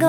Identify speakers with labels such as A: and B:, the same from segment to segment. A: 有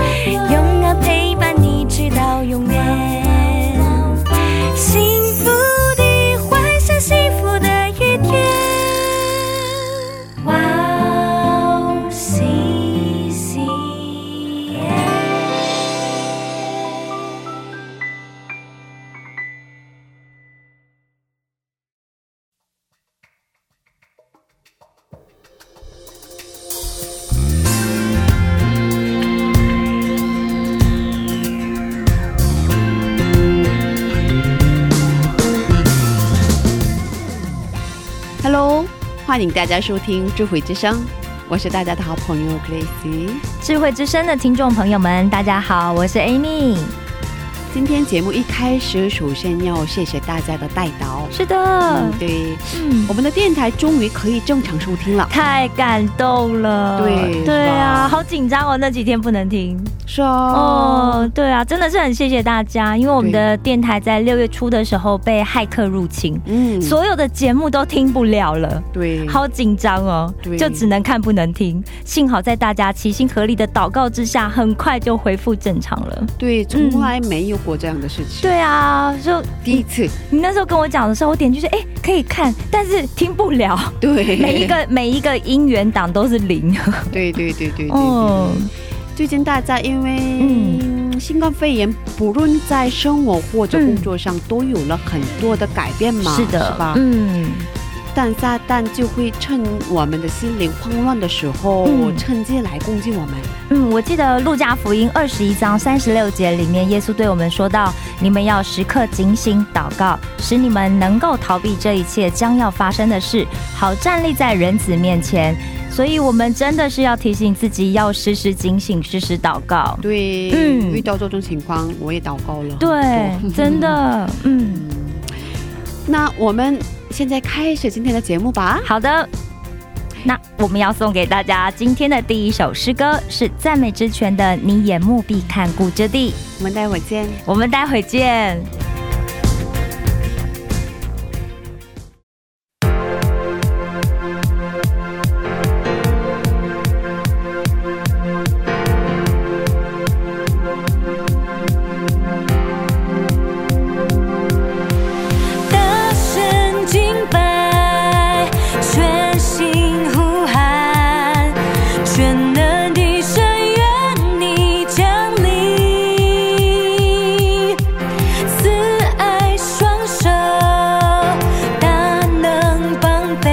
A: 永远陪伴你直到永远。幸福的幻想，幸福的一天。哇哦，西西耶！
B: Hello，欢迎大家收听《智慧之声》，我是大家的好朋友 Gracie。
C: 智慧之声的听众朋友们，大家好，我是 Amy。
B: 今天节目一开始，首先要谢谢大家的带导。
C: 是的，
B: 嗯，对，
C: 嗯
B: 我们的电台终于可以正常收听了。
C: 太感动了。
B: 对
C: 对
B: 是吧
C: 啊，好紧张哦，那几天不能听。
B: 是哦，
C: 哦，对啊，真的是很谢谢大家，因为我们的电台在六月初的时候被骇客入侵。
B: 嗯，
C: 所有的节目都听不了了，
B: 对，
C: 好紧张哦
B: 对，
C: 就只能看不能听。幸好在大家齐心合力的祷告之下，很快就恢复正常了。
B: 对，从来没有过这样的事情。
C: 嗯对啊，就
B: 第一次，
C: 你那时候跟我讲的时候，我点进去，哎、可以看，但是听不了。
B: 对，
C: 每一，个每一个音源档都是零。
B: 对对对对对对。
C: 哦，
B: 最近大家因为
C: 嗯
B: 新冠肺炎，不论在生活或者
C: 嗯
B: 工作上，都有了很多的改变嘛，
C: 是的，
B: 是吧？
C: 嗯，
B: 但撒旦就会趁我们的心灵慌乱的时候，
C: 嗯
B: 趁机来攻击我们。
C: 嗯，我记得《路加福音》二十一章三十六节里面，耶稣对我们说到：“你们要时刻警醒祷告，使你们能够逃避这一切将要发生的事，好站立在人子面前。”所以，我们真的是要提醒自己，要时时警醒，时时祷告。
B: 对，
C: 嗯
B: 遇到这种情况，我也祷告了。
C: 对，真。的，嗯，
B: 那我们现在开始今天的节目吧。
C: 好的。那我们要送给大家今天的第一首诗歌是赞美之泉的《你眼目必看顾之地》。
B: 我们待会见。
C: 我们待会见。
A: 大声敬拜，全心呼喊，全能的神愿你降临，慈爱双手，大能帮备，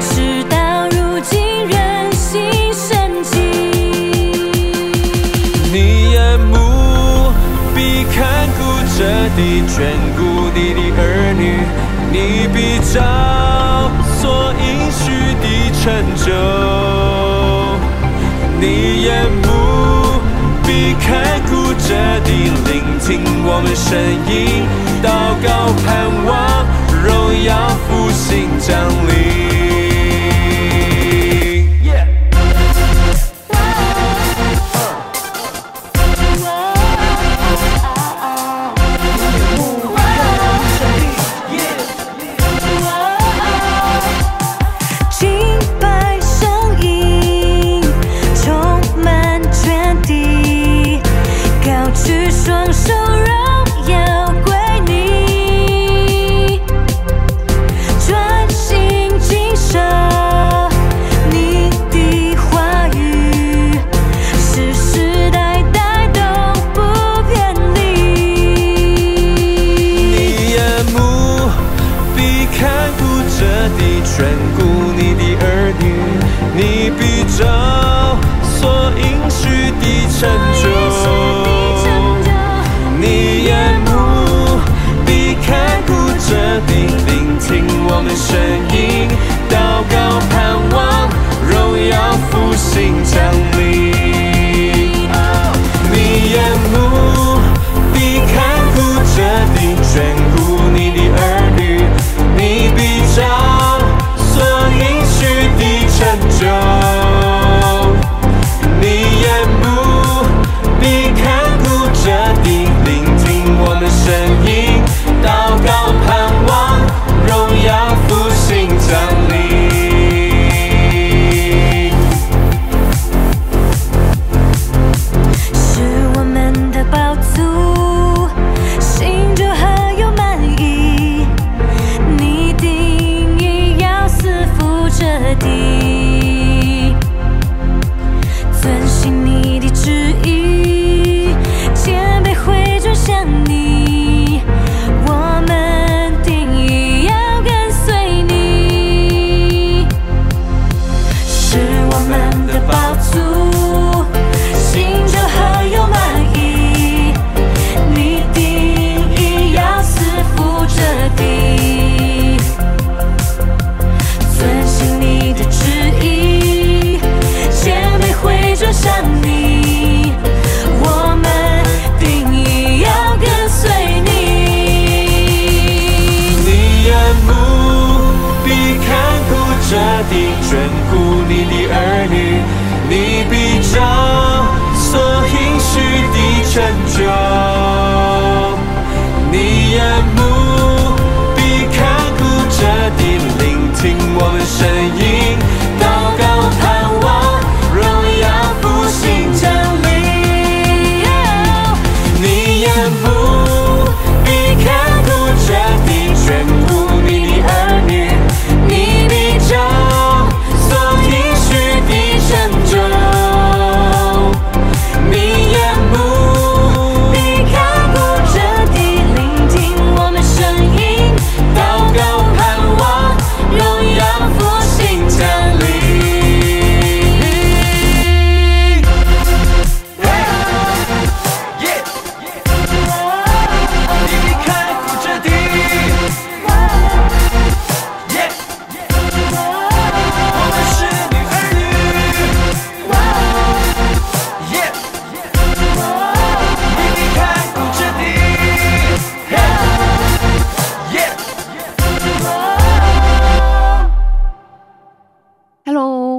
A: 直到如今人心生机。
D: 你眼目必看顾这地，眷顾你的儿女，你必照所应许的成就。你眼目必看顾这地，聆听我们声音，祷告盼望，荣耀复兴降临。
A: 敬拜声音充满全地，高举双手，荣耀归你，专心谨守你的话语，世世代代都不偏离。
D: 你眼目必看顾这地，眷顾你的儿女，你必照所应许的成就。你眼目必看顾这地，聆听我们声音，祷告盼望，荣耀复兴降临。你眼目必看顾这地，眷顾你的儿女，你必照所应许的成就。你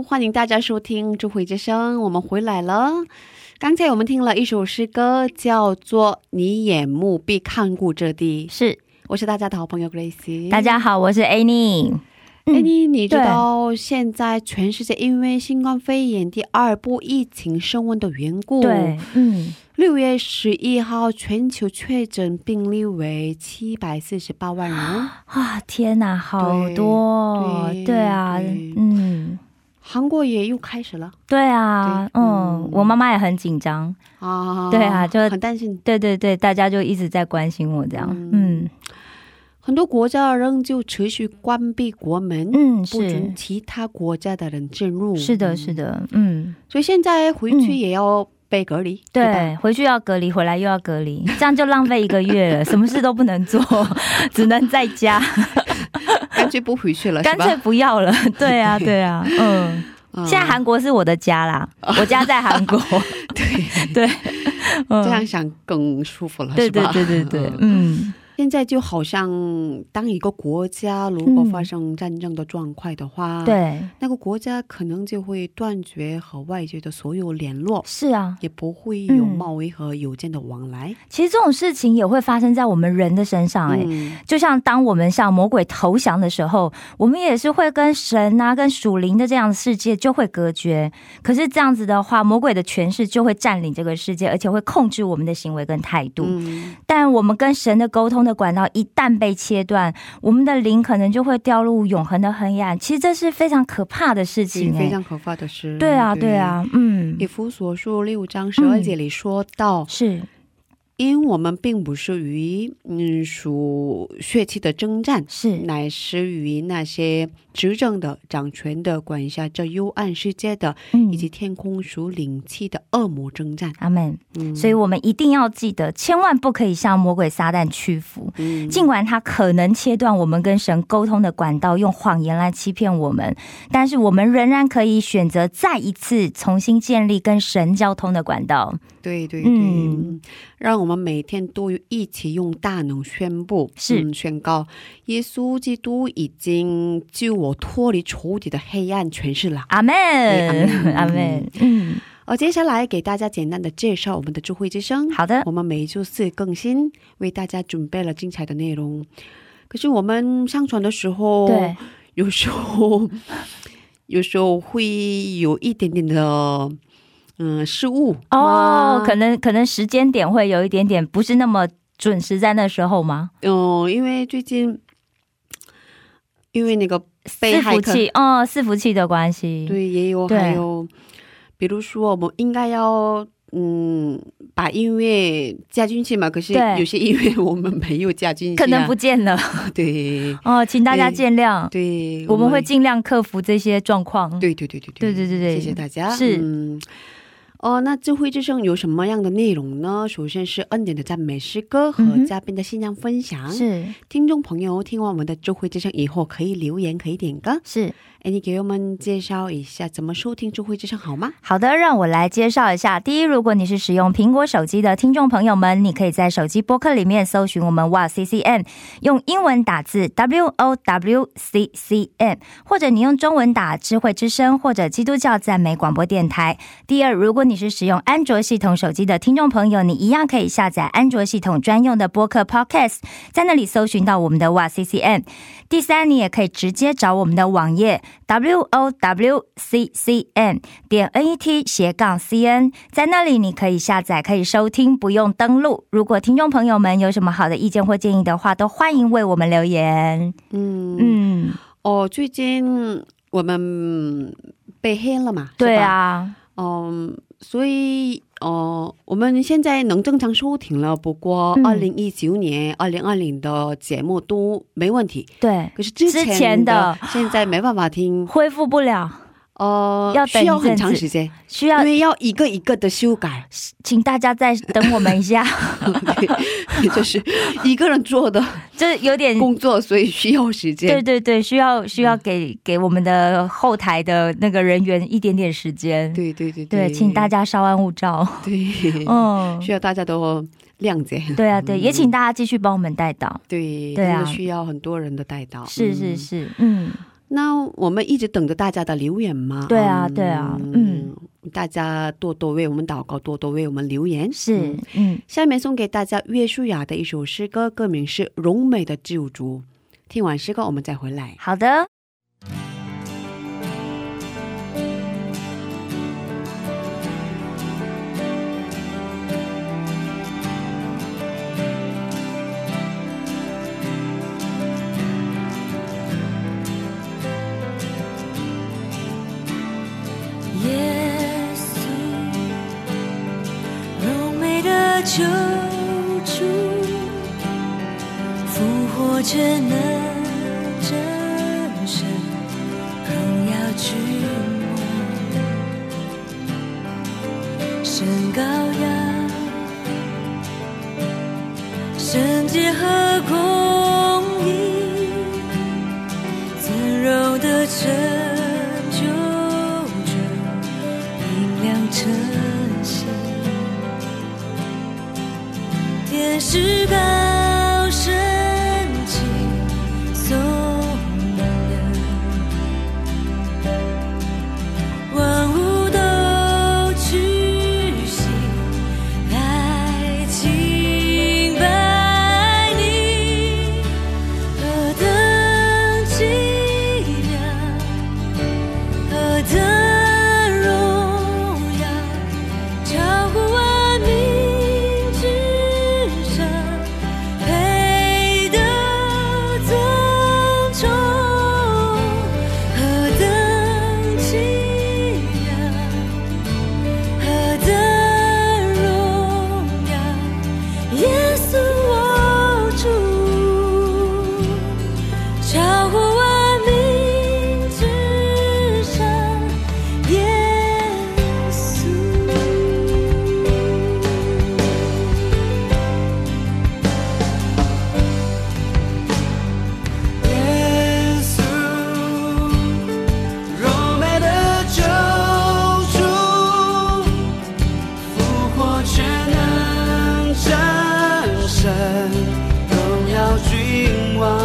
B: 欢迎大家收听《智慧之声》，我们回来了。刚才我们听了一首诗歌，叫做《你眼目必看顾这地》，
C: 是，
B: 我是大家的好朋友 Grace。
C: 大家好，我是 Annie。嗯
B: 哎，你你知
C: 对
B: 道现在全世界因为新冠肺炎第二波疫情升温的缘故，
C: 对，嗯，
B: 六月十一号全球确诊病例为七百四十八万人。
C: 啊，天哪，好多，
B: 对
C: 对啊，
B: 对
C: 嗯，
B: 韩国也又开始了
C: 对啊，
B: 对
C: 嗯
B: 嗯，
C: 我妈妈也很紧张，
B: 啊！
C: 对啊就
B: 很担心。
C: 对对对，大家就一直在关心我这样，嗯
B: 很多国家仍旧持续关闭国门，
C: 嗯，
B: 不准
C: 是
B: 其他国家的人进入。
C: 是的，是嗯的，嗯，
B: 所以现在回去也要被隔离，对吧
C: 对，回去要隔离，回来又要隔离，这样就浪费一个 月了，什么事都不能做，只能在家，
B: 干脆不回去了，
C: 干脆
B: 是啊吧
C: 不要了，对啊，对啊，嗯。
B: 嗯
C: 现在韩国是我的家啦，我家在韩 国。对对，嗯
B: 这样想更舒服了，
C: 对
B: 是
C: 对
B: 吧
C: 对对对
B: 嗯，
C: 嗯，
B: 现在就好像当一个国家如果
C: 嗯
B: 发生战争的状况的话，，
C: 对，
B: 那个国家可能就会断绝和外界的所有联络。
C: 是啊。
B: 也不会有
C: 嗯
B: 贸易和邮件的往来。
C: 其实这种事情也会发生在我们人的身上、哎、
B: 嗯，
C: 就像当我们向魔鬼投降的时候，我们也是会跟神啊、跟属灵的这样的世界就会隔绝。可是这样子的话，魔鬼的权势就会占领这个世界，而且会控制我们的行为跟态度。
B: 嗯
C: 但我们跟神的沟通的管道一旦被切断，我们的灵可能就会掉入永恒的黑暗。其实这是非常可怕的事
B: 是
C: 情、
B: 非
C: 哎，
B: 常可怕的事。
C: 对啊，对。啊，嗯
B: 以，弗所书六章十二节里说到，
C: 是，
B: 因我们并不是与嗯属血气的征战，
C: 是
B: 乃是与那些执政的、掌权的、管辖这幽暗世界的，
C: 嗯
B: 以及天空属灵气的恶魔征战。
C: 阿门。
B: 嗯，
C: 所以我们一定要记得，千万不可以向魔鬼撒旦屈服。
B: 嗯
C: 尽管他可能切断我们跟神沟通的管道，用谎言来欺骗我们，但是我们仍然可以选择再一次重新建立跟神交通的管道。
B: 对对对，
C: 嗯
B: 让我们每天都一起用大能宣布，
C: 是
B: 嗯、宣告耶稣基督已经救我脱离仇敌的黑暗权势了。
C: 阿门
B: 对，
C: 阿
B: 阿
C: 门
B: 门。
C: 嗯，
B: 而接下来给大家简单的介绍我们的智慧之声。
C: 好的，
B: 我们每周四更新，为大家准备了精彩的内容。可是我们上传的时候，
C: 对，
B: 有时候有时候会有一点点的嗯失误
C: 哦
B: 那，
C: 可能可能时间点会有一点点不是那么准时，在那时候吗？
B: 嗯，因为最近因为那个被
C: 伺
B: 害
C: 服
B: 客
C: 器哦，伺服器的关系，
B: 对也有
C: 对
B: 还有，比如说我们应该要嗯把音乐加进去嘛，可是
C: 对
B: 有些音乐我们没有加进去、啊，
C: 可能不见了
B: 对
C: 哦，请大家见谅，
B: 对，
C: 我们会尽量克服这这些状况。
B: 对对对对
C: 对对对对
B: 谢谢大家
C: 是
B: 嗯哦，那智慧之声有什么样的内容呢？首先是恩典的赞美诗歌
C: 嗯
B: 和
C: 哼
B: 嘉宾的信仰分享。
C: 是
B: 听众朋友听完我们的智慧之声以后，可以留言，可以点歌。
C: 是，
B: 哎，你给我们介绍一下怎么收听智慧之声好吗？
C: 好的，让我来介绍一下。第一，如果你是使用苹果手机的听众朋友们，你可以在手机播客里面搜寻我们哇 C C M，用英文打字 W O W C C M，或者你用中文打智慧之声或者基督教赞美广播电台。第二，如果你是使用安卓系统手机的听众朋友，你一样可以下载安卓系统专用的播客 Podcast，在那里搜寻到我们的哇 C C M。第三，你也可以直接找我们的网页 w o w c c n 点 n e t 斜杠 c n，在那里你可以下载，可以收听，不用登录。如果听众朋友们有什么好的意见或建议的话，都欢迎为我们留言。
B: 嗯
C: 嗯，
B: 哦，最近我们被黑了嘛？
C: 对
B: 是吧，
C: 啊，
B: 嗯，所以哦，我们现在能正常收听了，不过
C: 嗯
B: 二零一九年、二零二零的节目都没问题。
C: 对，
B: 可是之
C: 之
B: 前的
C: 前的
B: 现在没办法听，
C: 恢复不了，
B: 呃，
C: 要等一
B: 需要
C: 阵
B: 很
C: 子
B: 长时间，
C: 需要
B: 因为要一个一个的修改，
C: 请大家再等我们一下，
B: 对 就是一个人做的
C: 这有点。
B: 工作，所以需要时间。
C: 对对对，需要需
B: 嗯
C: 要给给我们的后台的那个人员一点点时间。
B: 对对对
C: 对，请大家稍安勿躁。
B: 对，嗯
C: 嗯，
B: 需要大家都谅解。
C: 对啊，对，也请大家继续帮我们带到。
B: 对，
C: 对啊
B: 真的需要很多人的带到。
C: 是是
B: 嗯
C: 是，嗯，
B: 那我们一直等着大家的留言嘛。
C: 对啊对啊嗯，
B: 大家多多为我们祷告，多多为我们留言。
C: 是
B: 嗯，
C: 嗯，
B: 下面送给大家约书亚的一首诗歌，歌名是《荣美的救主》。听完诗歌，我们再回来。
C: 好的，
A: 耶稣，柔美的救主，复活着那真神，荣耀君王，神羔羊，圣洁和公义。自柔的成就着明亮晨曦，天使高升起颂扬，万物都屈膝来敬拜你。何等寂寥，何等荣耀，超乎万民之上，配得尊崇。何等寂寥，何等荣耀。耶稣，我主，超乎万民之上，耶稣。
D: 耶稣，柔美的救主，复活全能真神，荣耀君王，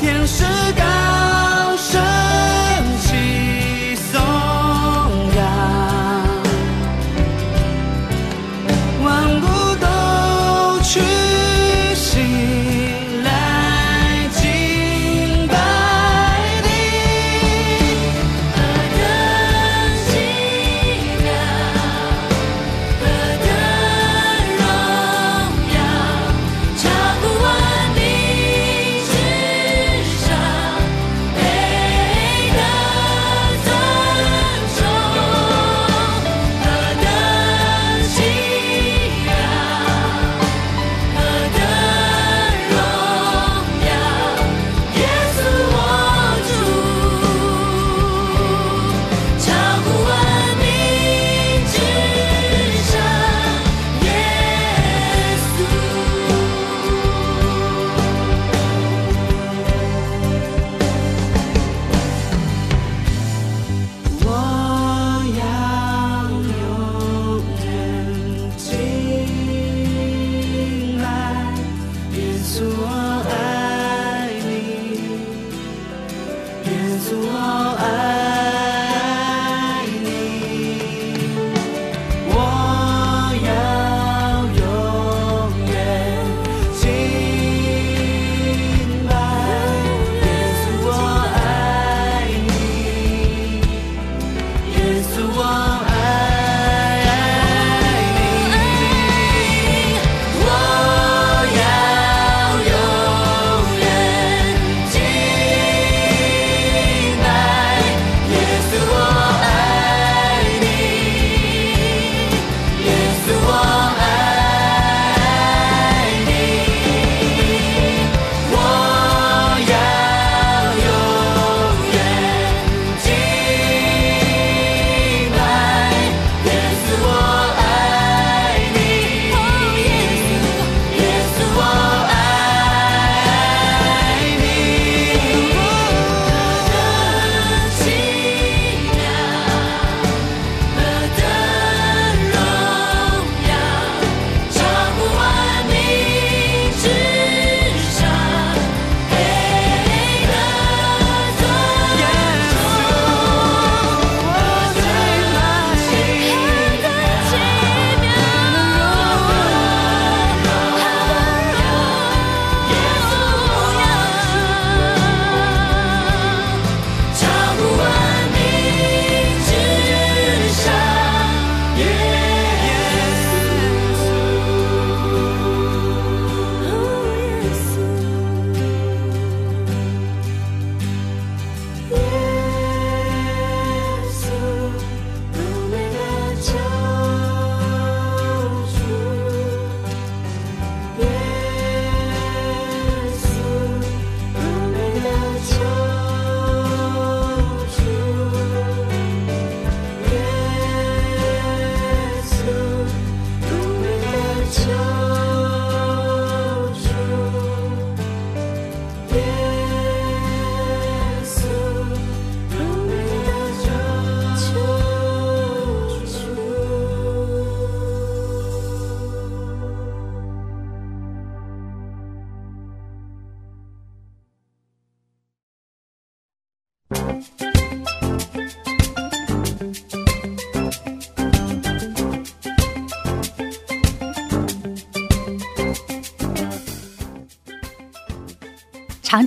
D: 天使高升起颂扬。万物都屈膝来敬拜你。
A: 何等寂寥，何等荣耀，超乎万民之上，配得尊崇。何等寂寥，何等荣耀。耶稣，我主，超乎万民之上，耶稣。
D: 我要永远敬拜，耶稣我爱你，耶稣我爱你，我要永远敬拜，耶稣我爱你。耶稣，我爱你。
A: 我
D: Oh,
A: 要永远敬拜
D: oh,
E: 常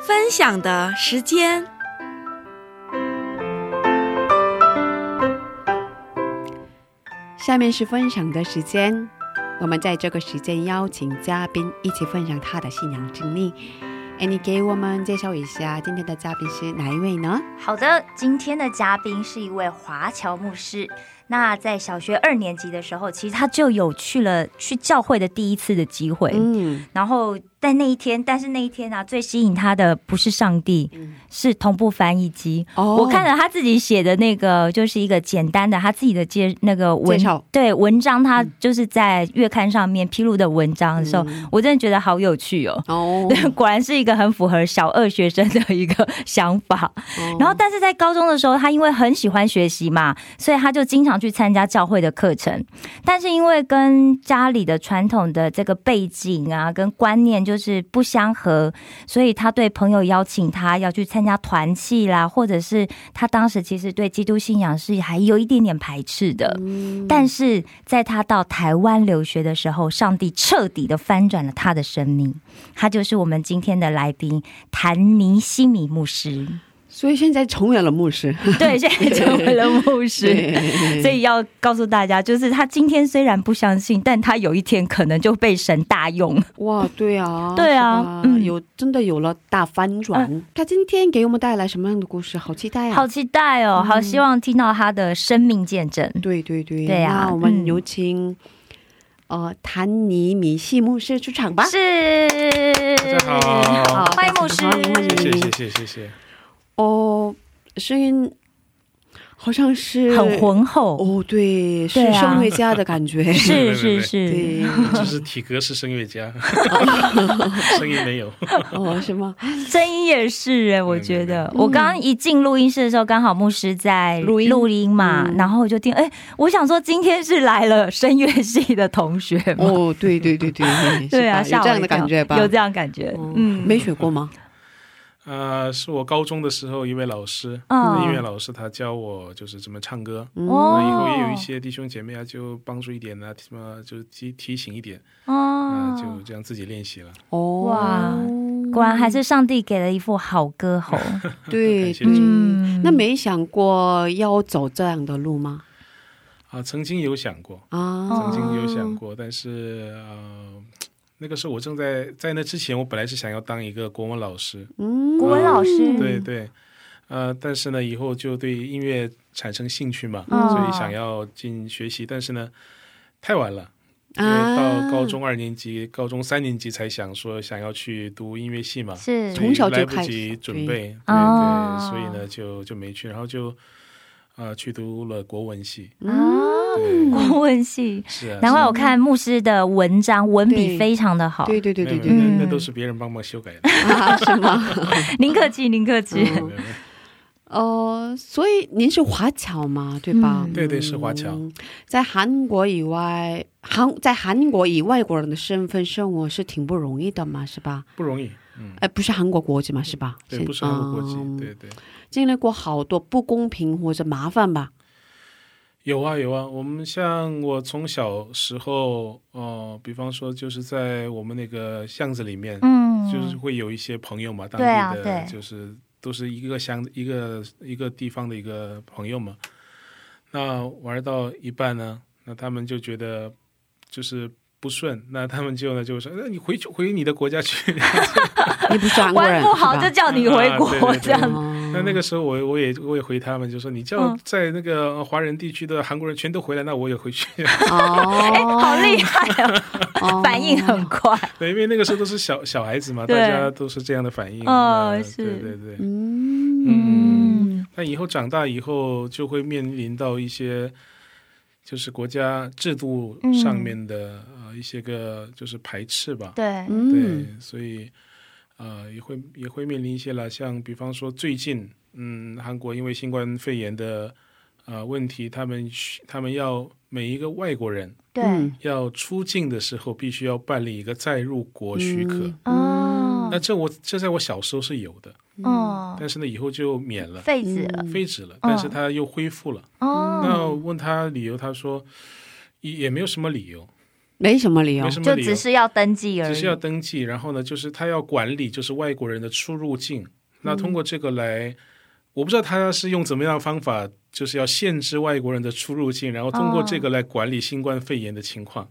F: 分享的时间。
B: 下面是分享的时间，我们在这个时间邀请嘉宾一起分享他的信仰经历。哎，你给我们介绍一下今天的嘉宾是哪一位呢？
C: 好的，今天的嘉宾是一位华侨牧师。那在小学二年级的时候，其实他就有去了去教会的第一次的机会。
B: 嗯，
C: 然后在那一天，但是那一天啊，最吸引他的不是上帝，是同步翻译机。
B: 嗯哦
C: 我看了他自己写的那个，就是一个简单的他自己的介那个文
B: 介绍
C: 对文章，他就是在月刊上面披露的文章的时候，我真的觉得好有趣哦。
B: 嗯 哦，
C: 对， 果然是一个很符合小二学生的一个想法。
B: 哦
C: 然后，但是在高中的时候，他因为很喜欢学习嘛，所以他就经常去参加教会的课程。但是因为跟家里的传统的这个背景啊，跟观念就是不相合，所以他对朋友邀请他要去参加团契啦，或者是他当时其实对基督信仰是还有一点点排斥的。但是在他到台湾留学的时候，上帝彻底的翻转了他的生命。他就是我们今天的来宾谭尼西米牧师。
B: 所以现在重演了牧师，
C: 对，现在成为了牧师。 所以要告诉大家，就是他今天虽然不相信，但他有一天可能就被神大用。
B: 哇，对啊，
C: 对啊
B: 是吧
C: 嗯
B: 有真的有了大翻转、他今天给我们带来什么样的故事？好期待啊！
C: 好期待哦，
B: 嗯
C: 好希望听到他的生命见证。
B: 对对对，
C: 对啊
B: 那我们
C: 嗯
B: 有请、呃谭尼米西牧师出场吧。
C: 是，
G: 大家好
C: 欢迎牧师，
B: 欢迎欢迎
G: 谢谢谢谢谢谢，
B: 哦，声音好像是
C: 很浑厚，
B: 哦，对，是
C: 对啊
B: 声乐家的感觉，
C: 是
G: 对
C: 是
G: 对
C: 是，
B: 对，
G: 就是体格是声乐家，声音没有，
B: 哦，是吗？
C: 声音也是哎，我觉得我刚刚一进录音室的时候，刚好牧师在
B: 嗯录音
C: 录音嘛，
B: 嗯
C: 然后我就听，哎，我想说今天是来了声乐系的同学嘛，
B: 哦，对对对 对，是
C: 对啊，
B: 吧
C: 吓
B: 有
C: 我
B: 这样
C: 一
B: 的
C: 跳
B: 感觉吧？
C: 有这样感觉
B: 哦，
C: 嗯，
B: 没学过吗？
G: 呃，是我高中的时候一位老师，
C: 啊
G: 音乐老师，他教我就是怎么唱歌。
C: 哦
G: 那以嗯后也有一些弟兄姐妹啊，就帮助一点啊，什么就提提醒一点，啊、
C: 哦，
G: 就这样自己练习了。
B: 哦，
C: 哇果然还是上帝给了一副好歌喉，
B: 对
G: 啊感谢
B: 对。
G: 主
C: 嗯，
B: 那没想过要走这样的路吗？
G: 啊，曾经有想过，
B: 啊，
G: 曾经有想过，但是呃，那个时候我正在在那之前，我本来是想要当一个国文老师，
B: 嗯，
C: 国文老师，
G: 对对，呃，但是呢，以后就对音乐产生兴趣嘛，
C: 嗯
B: 哦
G: 所以想要进学习，但是呢，太晚了，因为
B: 啊
G: 到高中二年级、高中三年级才想说想要去读音乐系嘛，
C: 是
G: 所以
B: 从小就
G: 来不
B: 开
G: 及
B: 始
G: 准备，对对，
C: 哦
G: 所以呢就就没去，然后就呃去读了国文系，
B: 嗯
C: 啊，
G: 对，
C: 国文系，
G: 是啊，
C: 难怪我看牧师的文章文笔
B: 对
C: 非常的好，
B: 对对对
G: 没
B: 对
G: 有
B: 对
G: 没有
B: 对
G: 那
C: 嗯
G: 那都是别人帮忙修改的。
B: 啊，是吗？
C: 您客气您客气，
B: 嗯
G: 没有没有
B: 呃，所以您是华侨嘛，对吧？
E: 嗯
G: 对对是华侨
B: 嗯在韩国以外，韩在韩国以外国人的身份生活是挺不容易的嘛，是吧？
G: 不容易。嗯，
B: 哎，不是韩国国籍嘛，是吧？
G: 对，不是韩国国籍，
B: 嗯
G: 对对。
B: 经历过好多不公平或者麻烦吧？
G: 有啊有啊，我们像我从小时候，呃，比方说就是在我们那个巷子里面，
C: 嗯，
G: 就是会有一些朋友嘛，当
C: 对啊
G: 地的、
C: 对
G: 就是都是一个乡一个一个地方的一个朋友嘛。那玩到一半呢，那他们就觉得就是不顺，那他们就呢就说，那你回去回你的国家去。
B: 你不是韩国人，
C: 玩不好
B: 是吧
C: 就 叫你回
G: 啊对
C: 国
G: 对对
C: 这样子。
B: 哦
G: 那那个时候我我也我也回他们，就说你叫
C: 嗯
G: 在那个华人地区的韩国人全都回来，那我也回去。
B: 哦，
C: 好厉害啊！
B: 哦
C: 反应很快，
G: 对，因为那个时候都是小小孩子嘛，大
C: 对
G: 家都是这样的反应。
C: 哦
G: 呃
C: 是
G: 对对对。
B: 嗯，
G: 那以后长大以后，就会面临到一些，就是国家制度上面的、呃一些个就是排斥吧。
C: 嗯对，
B: 嗯，
G: 对，所以呃也会也会面临一些啦，像比方说最近，嗯，韩国因为新冠肺炎的呃问题，他们需他们要每一个外国人
C: 对，
B: 嗯
G: 要出境的时候，必须要办理一个再入国许
C: 嗯
G: 可。
C: 哦
G: 那，这我这在我小时候是有的，
C: 哦，
G: 但是呢以后就免了。
C: 废嗯止了，
G: 废止了，但是他又恢复了。那
C: 哦，
G: 问他理由，他说也也没有什么理由，
B: 没什么理由
G: 没，什么
C: 就
G: 理由，
C: 只是要登记而
G: 只
C: 已，
G: 是要登记。然后呢，就是他要管理就是外国人的出入境，那
C: 嗯
G: 通过这个来，我不知道他是用怎么样的方法，就是要限制外国人的出入境，然后通过这个来管理新冠肺炎的情况。
C: 哦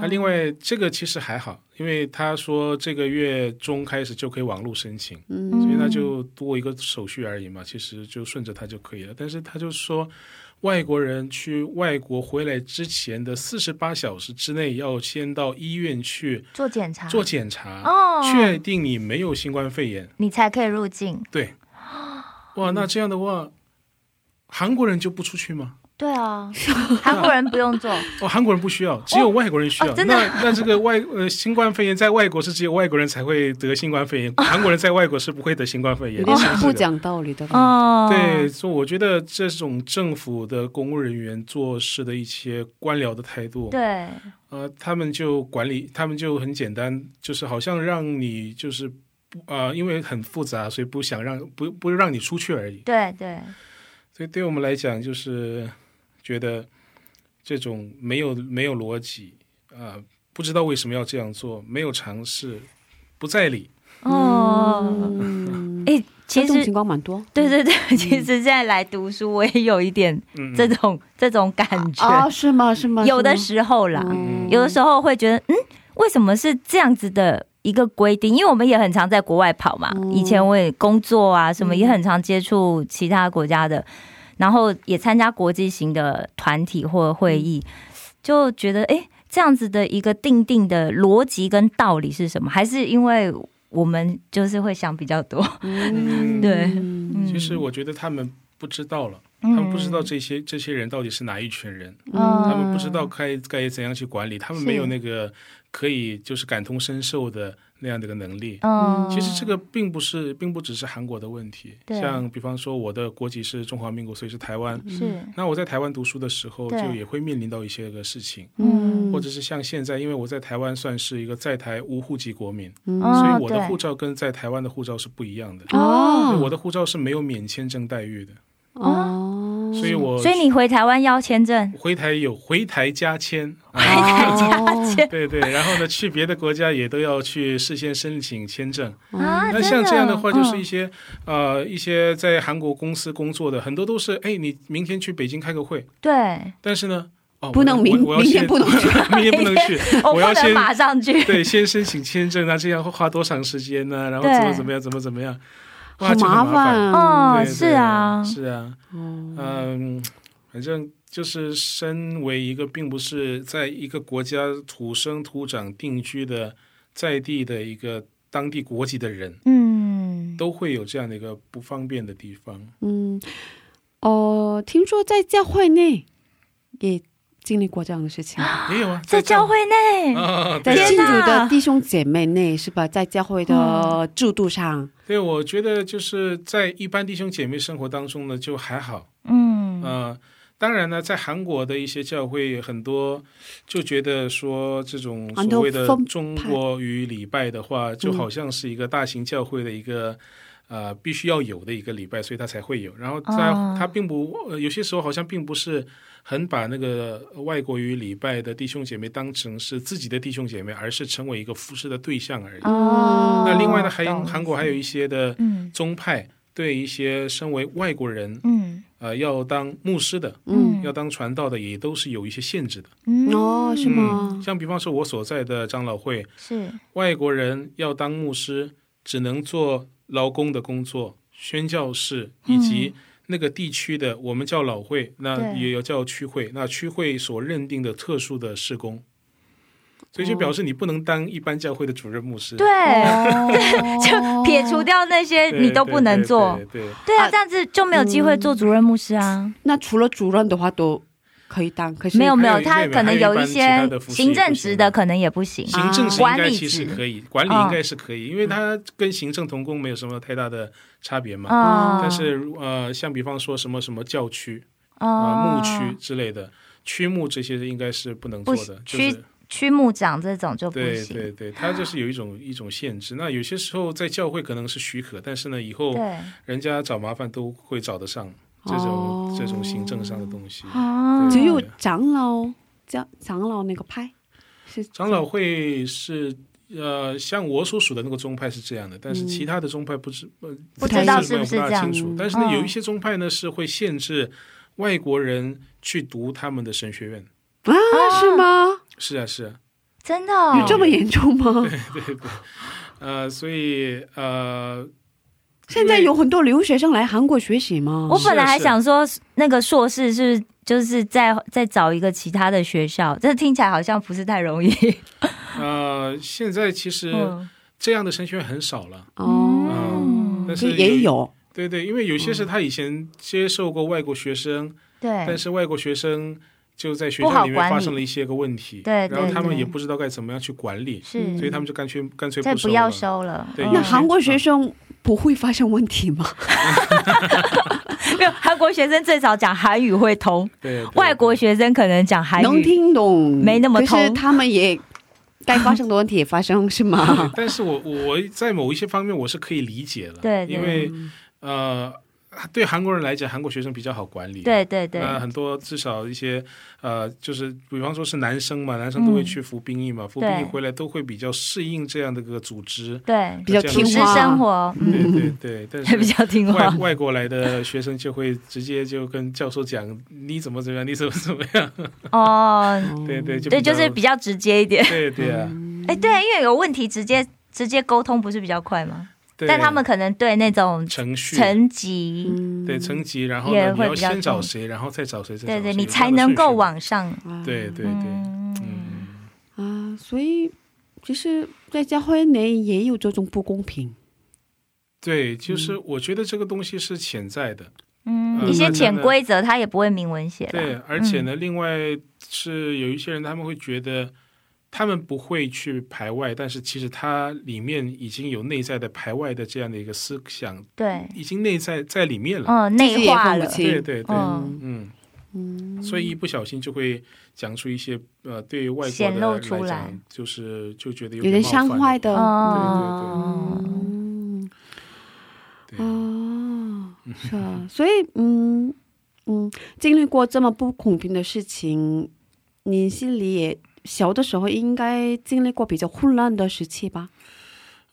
G: 那，另外这个其实还好，因为他说这个月中开始就可以网络申请。
B: 嗯
G: 所以那就多一个手续而已嘛，其实就顺着它就可以了。但是他就说，外国人去外国回来之前的四十八小时之内，要先到医院去
C: 做检查，
G: 做检查，
C: 哦
G: 确定你没有新冠肺炎。
C: 你才可以入境，
G: 对，哇，那这样的话，韩国人就不出去吗？
C: 对 啊，韩国人不用做，
G: 哦，韩国人不需要，只有外国人需要。
C: 哦真的
G: 那那这个外呃新冠肺炎在外国是只有外国人才会得新冠肺炎，韩国人在外国是不会得新冠肺
B: 有
G: 炎的。
B: 点
G: 是哦不是
B: 不
G: 的
B: 讲道理的嗯吧，
C: 哦，
G: 对，，所以我觉得这种政府的公务人员做事的一些官僚的态度，
C: 对，
G: 呃，他们就管理，他们就很简单，就是好像让你就是不呃，因为很复杂，所以不想让不不让你出去而已。
C: 对对，
G: 所以对我们来讲，就是觉得这种没有没有逻辑啊、呃不知道为什么要这样做，没有尝试，不在理。
C: 哦，
B: 嗯，
C: 哎，其
B: 这种情
C: 实。
B: 况蛮多，
C: 对对对，其实现在来读书，我也有一点
G: 嗯，
C: 这种、这种 感觉，
B: 啊，是吗？是吗？
C: 有的
B: 是
C: 时候啦，
B: 吗，嗯
C: 有的时候会觉得，嗯，为什么是这样子的一个规定？因为我们也很常在国外跑嘛，
B: 嗯
C: 以前我也工作啊，什么
B: 嗯
C: 也很常接触其他国家的，然后也参加国际型的团体或会议，就觉得，诶，这样子的一个定定的逻辑跟道理是什么？还是因为我们就是会想比较多，
G: 嗯
C: 对
B: 嗯
G: 其实我觉得他们不知道了，
C: 嗯
G: 他们不知道这些这些人到底是哪一群人，
C: 嗯
G: 他们不知道该该怎样去管理，他们
C: 是
G: 没有那个可以就是感同身受的那样的一个能力。
C: 嗯，
G: 其实这个并不是，并不只是韩国的问题。
C: 对
G: 像比方说，我的国籍是中华民国，所以是台湾。
C: 是，
G: 那我在台湾读书的时候，
C: 对
G: 就也会面临到一些个事情，
C: 嗯
G: 或者是像现在，因为我在台湾算是一个在台无户籍国民，所以
C: 哦，
G: 我
C: 对
G: 的护照跟在台湾的护照是不一样的。
B: 哦，
G: 我的护照是没有免签证待遇的，
B: 哦，
G: 所以我
C: 所以你回台湾要签证，
G: 回台有回台加签，啊、
B: 家
C: 签
G: 对对，然后呢，去别的国家也都要去事先申请签证。
C: 啊，
G: 那像这样的话，
C: 真
G: 就
B: 嗯
C: 哦
G: 是一些、呃一些在韩国公司工作的，很多都是哎，你明天去北京开个会，
C: 对，，
G: 但是呢，哦，
B: 不能
G: 我
B: 明
G: 我我要
B: 明天
G: 先
B: 不能去，
G: 明天不能 去
C: 我
G: 我
C: 不
G: 要
C: 能
G: 先
C: 马上去，
G: 对先申请签证，那这样会花多长时间呢？然后
C: 对
G: 怎么怎么样，怎么怎么样，哇，
B: 好
G: 就很
B: 麻
G: 麻
B: 烦啊。
C: 哦，
G: 对
C: 是啊，
G: 对是啊，嗯，反正就是身为一个并不是在一个国家土生土长定居的在地的一个当地国籍的人，
C: 嗯，
G: 都会有这样的一个不方便的地方。
B: 嗯，哦，听说在教会内也经历过这样的事情，
G: 也有啊，
C: 在教会内，
G: 啊，
C: 在
G: 对啊
C: 天
B: 信主
C: 哪嗯
B: 的弟兄姐妹内是吧？在教会的制度上，
G: 对，我觉得就是在一般弟兄姐妹生活当中呢，就还好。
C: 嗯
G: 呃，当然呢，在韩国的一些教会，很多就觉得说这种
B: 很
G: 所
B: 多
G: 谓的
B: 风
G: 中
B: 派
G: 国语礼拜的话，就好像是一个大型教会的一个。呃，必须要有的一个礼拜，所以它才会有。然后它、
C: 哦
G: 它并不、呃，有些时候好像并不是很把那个外国语礼拜的弟兄姐妹当成是自己的弟兄姐妹，而是成为一个服侍的对象而已。
C: 哦
G: 那另外呢，还有
C: 懂
G: 韩国还有一些的
C: 嗯
G: 宗派对一些身为外国人，
C: 嗯
G: 呃，要当牧师的，
C: 嗯
G: 要当传道的，也都是有一些限制的。
C: 嗯
B: 哦，是吗？
G: 像比方说，我所在的长老会，
C: 是
G: 外国人要当牧师，只能做劳工的工作、宣教士
C: 嗯
G: 以及那个地区的，我们叫老会，那
C: 对
G: 也要叫区会，那区会所认定的特殊的事工。所以就
B: 哦
G: 表示你不能当一般教会的主任牧师，
C: 对， 就撇除掉那些
G: 哦对，
C: 你都不能
G: 对
C: 做
G: 对，对对嗯
C: 对啊，
B: 啊
C: 这样子就没有机会做主任牧师啊。
B: 那除了主任的话都可以当，可是
C: 没有没有，
G: 还有
C: 他可能有一
G: 还有一般
C: 些
G: 其他的服饰
C: 行政职的，可能也不行。嗯
G: 行政是应
C: 啊管
G: 该
C: 理
G: 其实
C: 职
G: 可以，管理
C: 嗯
G: 应该是可以，因为它跟行政同工没有什么太大的差别嘛。
C: 啊
G: 但是如呃，像比方说什么什么教区啊、
C: 啊
G: 牧区之类的，区牧这些应该是不能做的
C: 不，
G: 就
C: 区
G: 是
C: 区牧长这种就不
G: 对
C: 行。
G: 对对，它就是有一种一种限制。那有些时候在教会可能是许可，但是呢，以后
C: 对
G: 人家找麻烦都会找得上这种、
B: 哦
G: 这种行政上的东西。
C: 哦，
B: 只有长老长长老那个派是
G: 长老会是呃，像我所属的那个宗派是这样的，但是其他的宗派不知、呃
C: 嗯不
B: 知道是
C: 不是
G: 不大
C: 这样
G: 清楚。但是呢，
C: 嗯
G: 有一些宗派呢是会限制外国人去读他们的神学院。
B: 啊，是
C: 哦
B: 吗？
G: 是啊，是啊，
C: 真的哦
B: 有这么严重吗？
G: 呃，所以呃，
B: 现在有很多留学生来韩国学习吗？
C: 我本来
G: 是啊
C: 还
G: 是
C: 想说，那个硕士是就是再再找一个其他的学校，这听起来好像不是太容易。
G: 呃，现在其实
C: 嗯
G: 这样的神学院很少了。啊
B: 哦，就
C: 嗯
G: 但
B: 是也有
G: 对对，因为有些是他以前接受过外国学生，但
C: 对，
G: 是外国学生就在学
C: 不好
G: 校里面
C: 管
G: 发
C: 理
G: 生了一些个问题，
C: 对
G: 然后
C: 对
G: 他们
C: 对
G: 也不知道该怎么样去管理，
C: 是，
G: 所以他们就干脆干脆
C: 嗯再
G: 收
C: 不要
G: 了
C: 收了。
G: 对
C: 嗯
B: 那韩国学生不会发生问题吗？
C: 没有韩国学生最少讲韩语会通，
G: 对对
C: 外国学生可能讲韩
B: 能
C: 语。
B: 听懂，
C: 没那么
B: 可是
C: 通
B: 他们也该发生的问题也发生是 吗？
G: 但是我我在某一些方面我是可以理解了，
C: 对对
G: 因为呃，对韩国人来讲，韩国学生比较好管理，
C: 对对对，
G: 呃，很多至少一些呃，就是比方说是男生嘛，男生都会去服兵役嘛，服兵役
C: 嗯对
G: 回来都会比较适应这样的个组织，
C: 对，
B: 比较
G: 这样
B: 听
C: 是
B: 话
C: 生 活，
G: 对
C: 嗯，
G: 对对，但
C: 也比
G: 是。
C: 较听
G: 外
C: 话。
G: 外国来的学生就会直接就跟教授讲你怎么怎么样，你怎么怎么样，
C: 哦，
G: 对对， 就
C: 对，
G: 比较
C: 就是比较直接一点。
G: 对对啊，
B: 嗯
C: 哎，对，因为有问题直接直接沟通不是比较快吗？
G: 对啊
C: 但他们可能对那种
G: 程序
C: 层
B: 嗯
C: 级，
G: 对层级，然后
C: 也
G: 呢，你
C: 会
G: 要
C: 比较
G: 先找
C: 重
G: 谁，然后再找谁，再
C: 对
G: 找
C: 对，
G: 谁
C: 你
G: 有这
C: 才
G: 样的
C: 能
G: 顺
C: 够
G: 序
C: 往上。
B: 啊
G: 对对对，嗯，
B: 啊，所以其实，在教会内也有这种不公平。
G: 对，就是我觉得这个东西是潜在的，
C: 嗯，
G: 嗯
C: 一些
G: 那
C: 潜
G: 那
C: 规则他也不会明文写的。嗯
G: 对，而且呢，另外是有一些人他们会觉得。他们不会去排外，但是其实它里面已经有内在的排外的这样的一个思想，
C: 对，
G: 已经内在在里面了。
C: 嗯，
B: 自己
C: 内
B: 也
C: 化
B: 分不
C: 了。
B: 清
G: 对对对，
C: 嗯
G: 嗯所以一不小心就会讲出一些呃，对于外国
C: 显
G: 的
C: 露出
G: 来
C: 来
G: 讲，就是就觉得有
B: 有点
G: 冒
B: 伤
G: 犯
B: 害的
C: 嗯哦，
B: 嗯
G: 对
B: 啊，是啊，所以嗯嗯，经历过这么不公平的事情，你心里也小的时候应该经历过比较混乱的时期吧？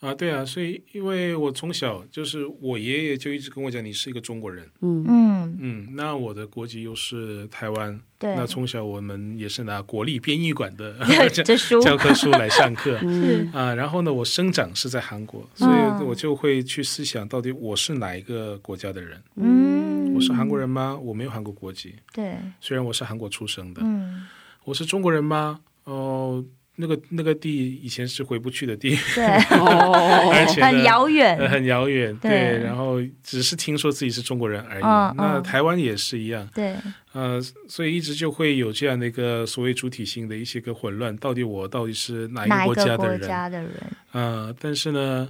G: 啊，对啊，所以因为我从小就是我爷爷就一直跟我讲，你是一个中国人，
B: 嗯
C: 嗯，
G: 嗯，那我的国籍又是台湾，
C: 对
G: 那，从小我们也是拿国立编译馆 的教
C: 这书
G: 教科书来上课
B: 嗯
G: 啊，然后呢，我生长是在韩国，所以我就会去思想到底我是哪一个国家的人，
C: 嗯
G: 我是韩国人吗？我没有韩国国籍，
C: 对，
G: 虽然我是韩国出生的，
C: 嗯
G: 我是中国人吗？哦、那个那个地以前是回不去的地，
C: 对，
B: 哦，
G: 而且呢
C: 很遥远
G: 呃，很遥远，
C: 对
G: 对，然后只是听说自己是中国人而已。
C: 嗯
G: 那
C: 嗯
G: 台湾也是一样，
C: 对，
G: 呃，所以一直就会有这样的一个所谓主体性的一些个混乱，到底我到底是哪一
C: 哪
G: 个
C: 一
G: 国
C: 个
G: 家的
C: 国
G: 人？
C: 家的人？
G: 呃，但是呢，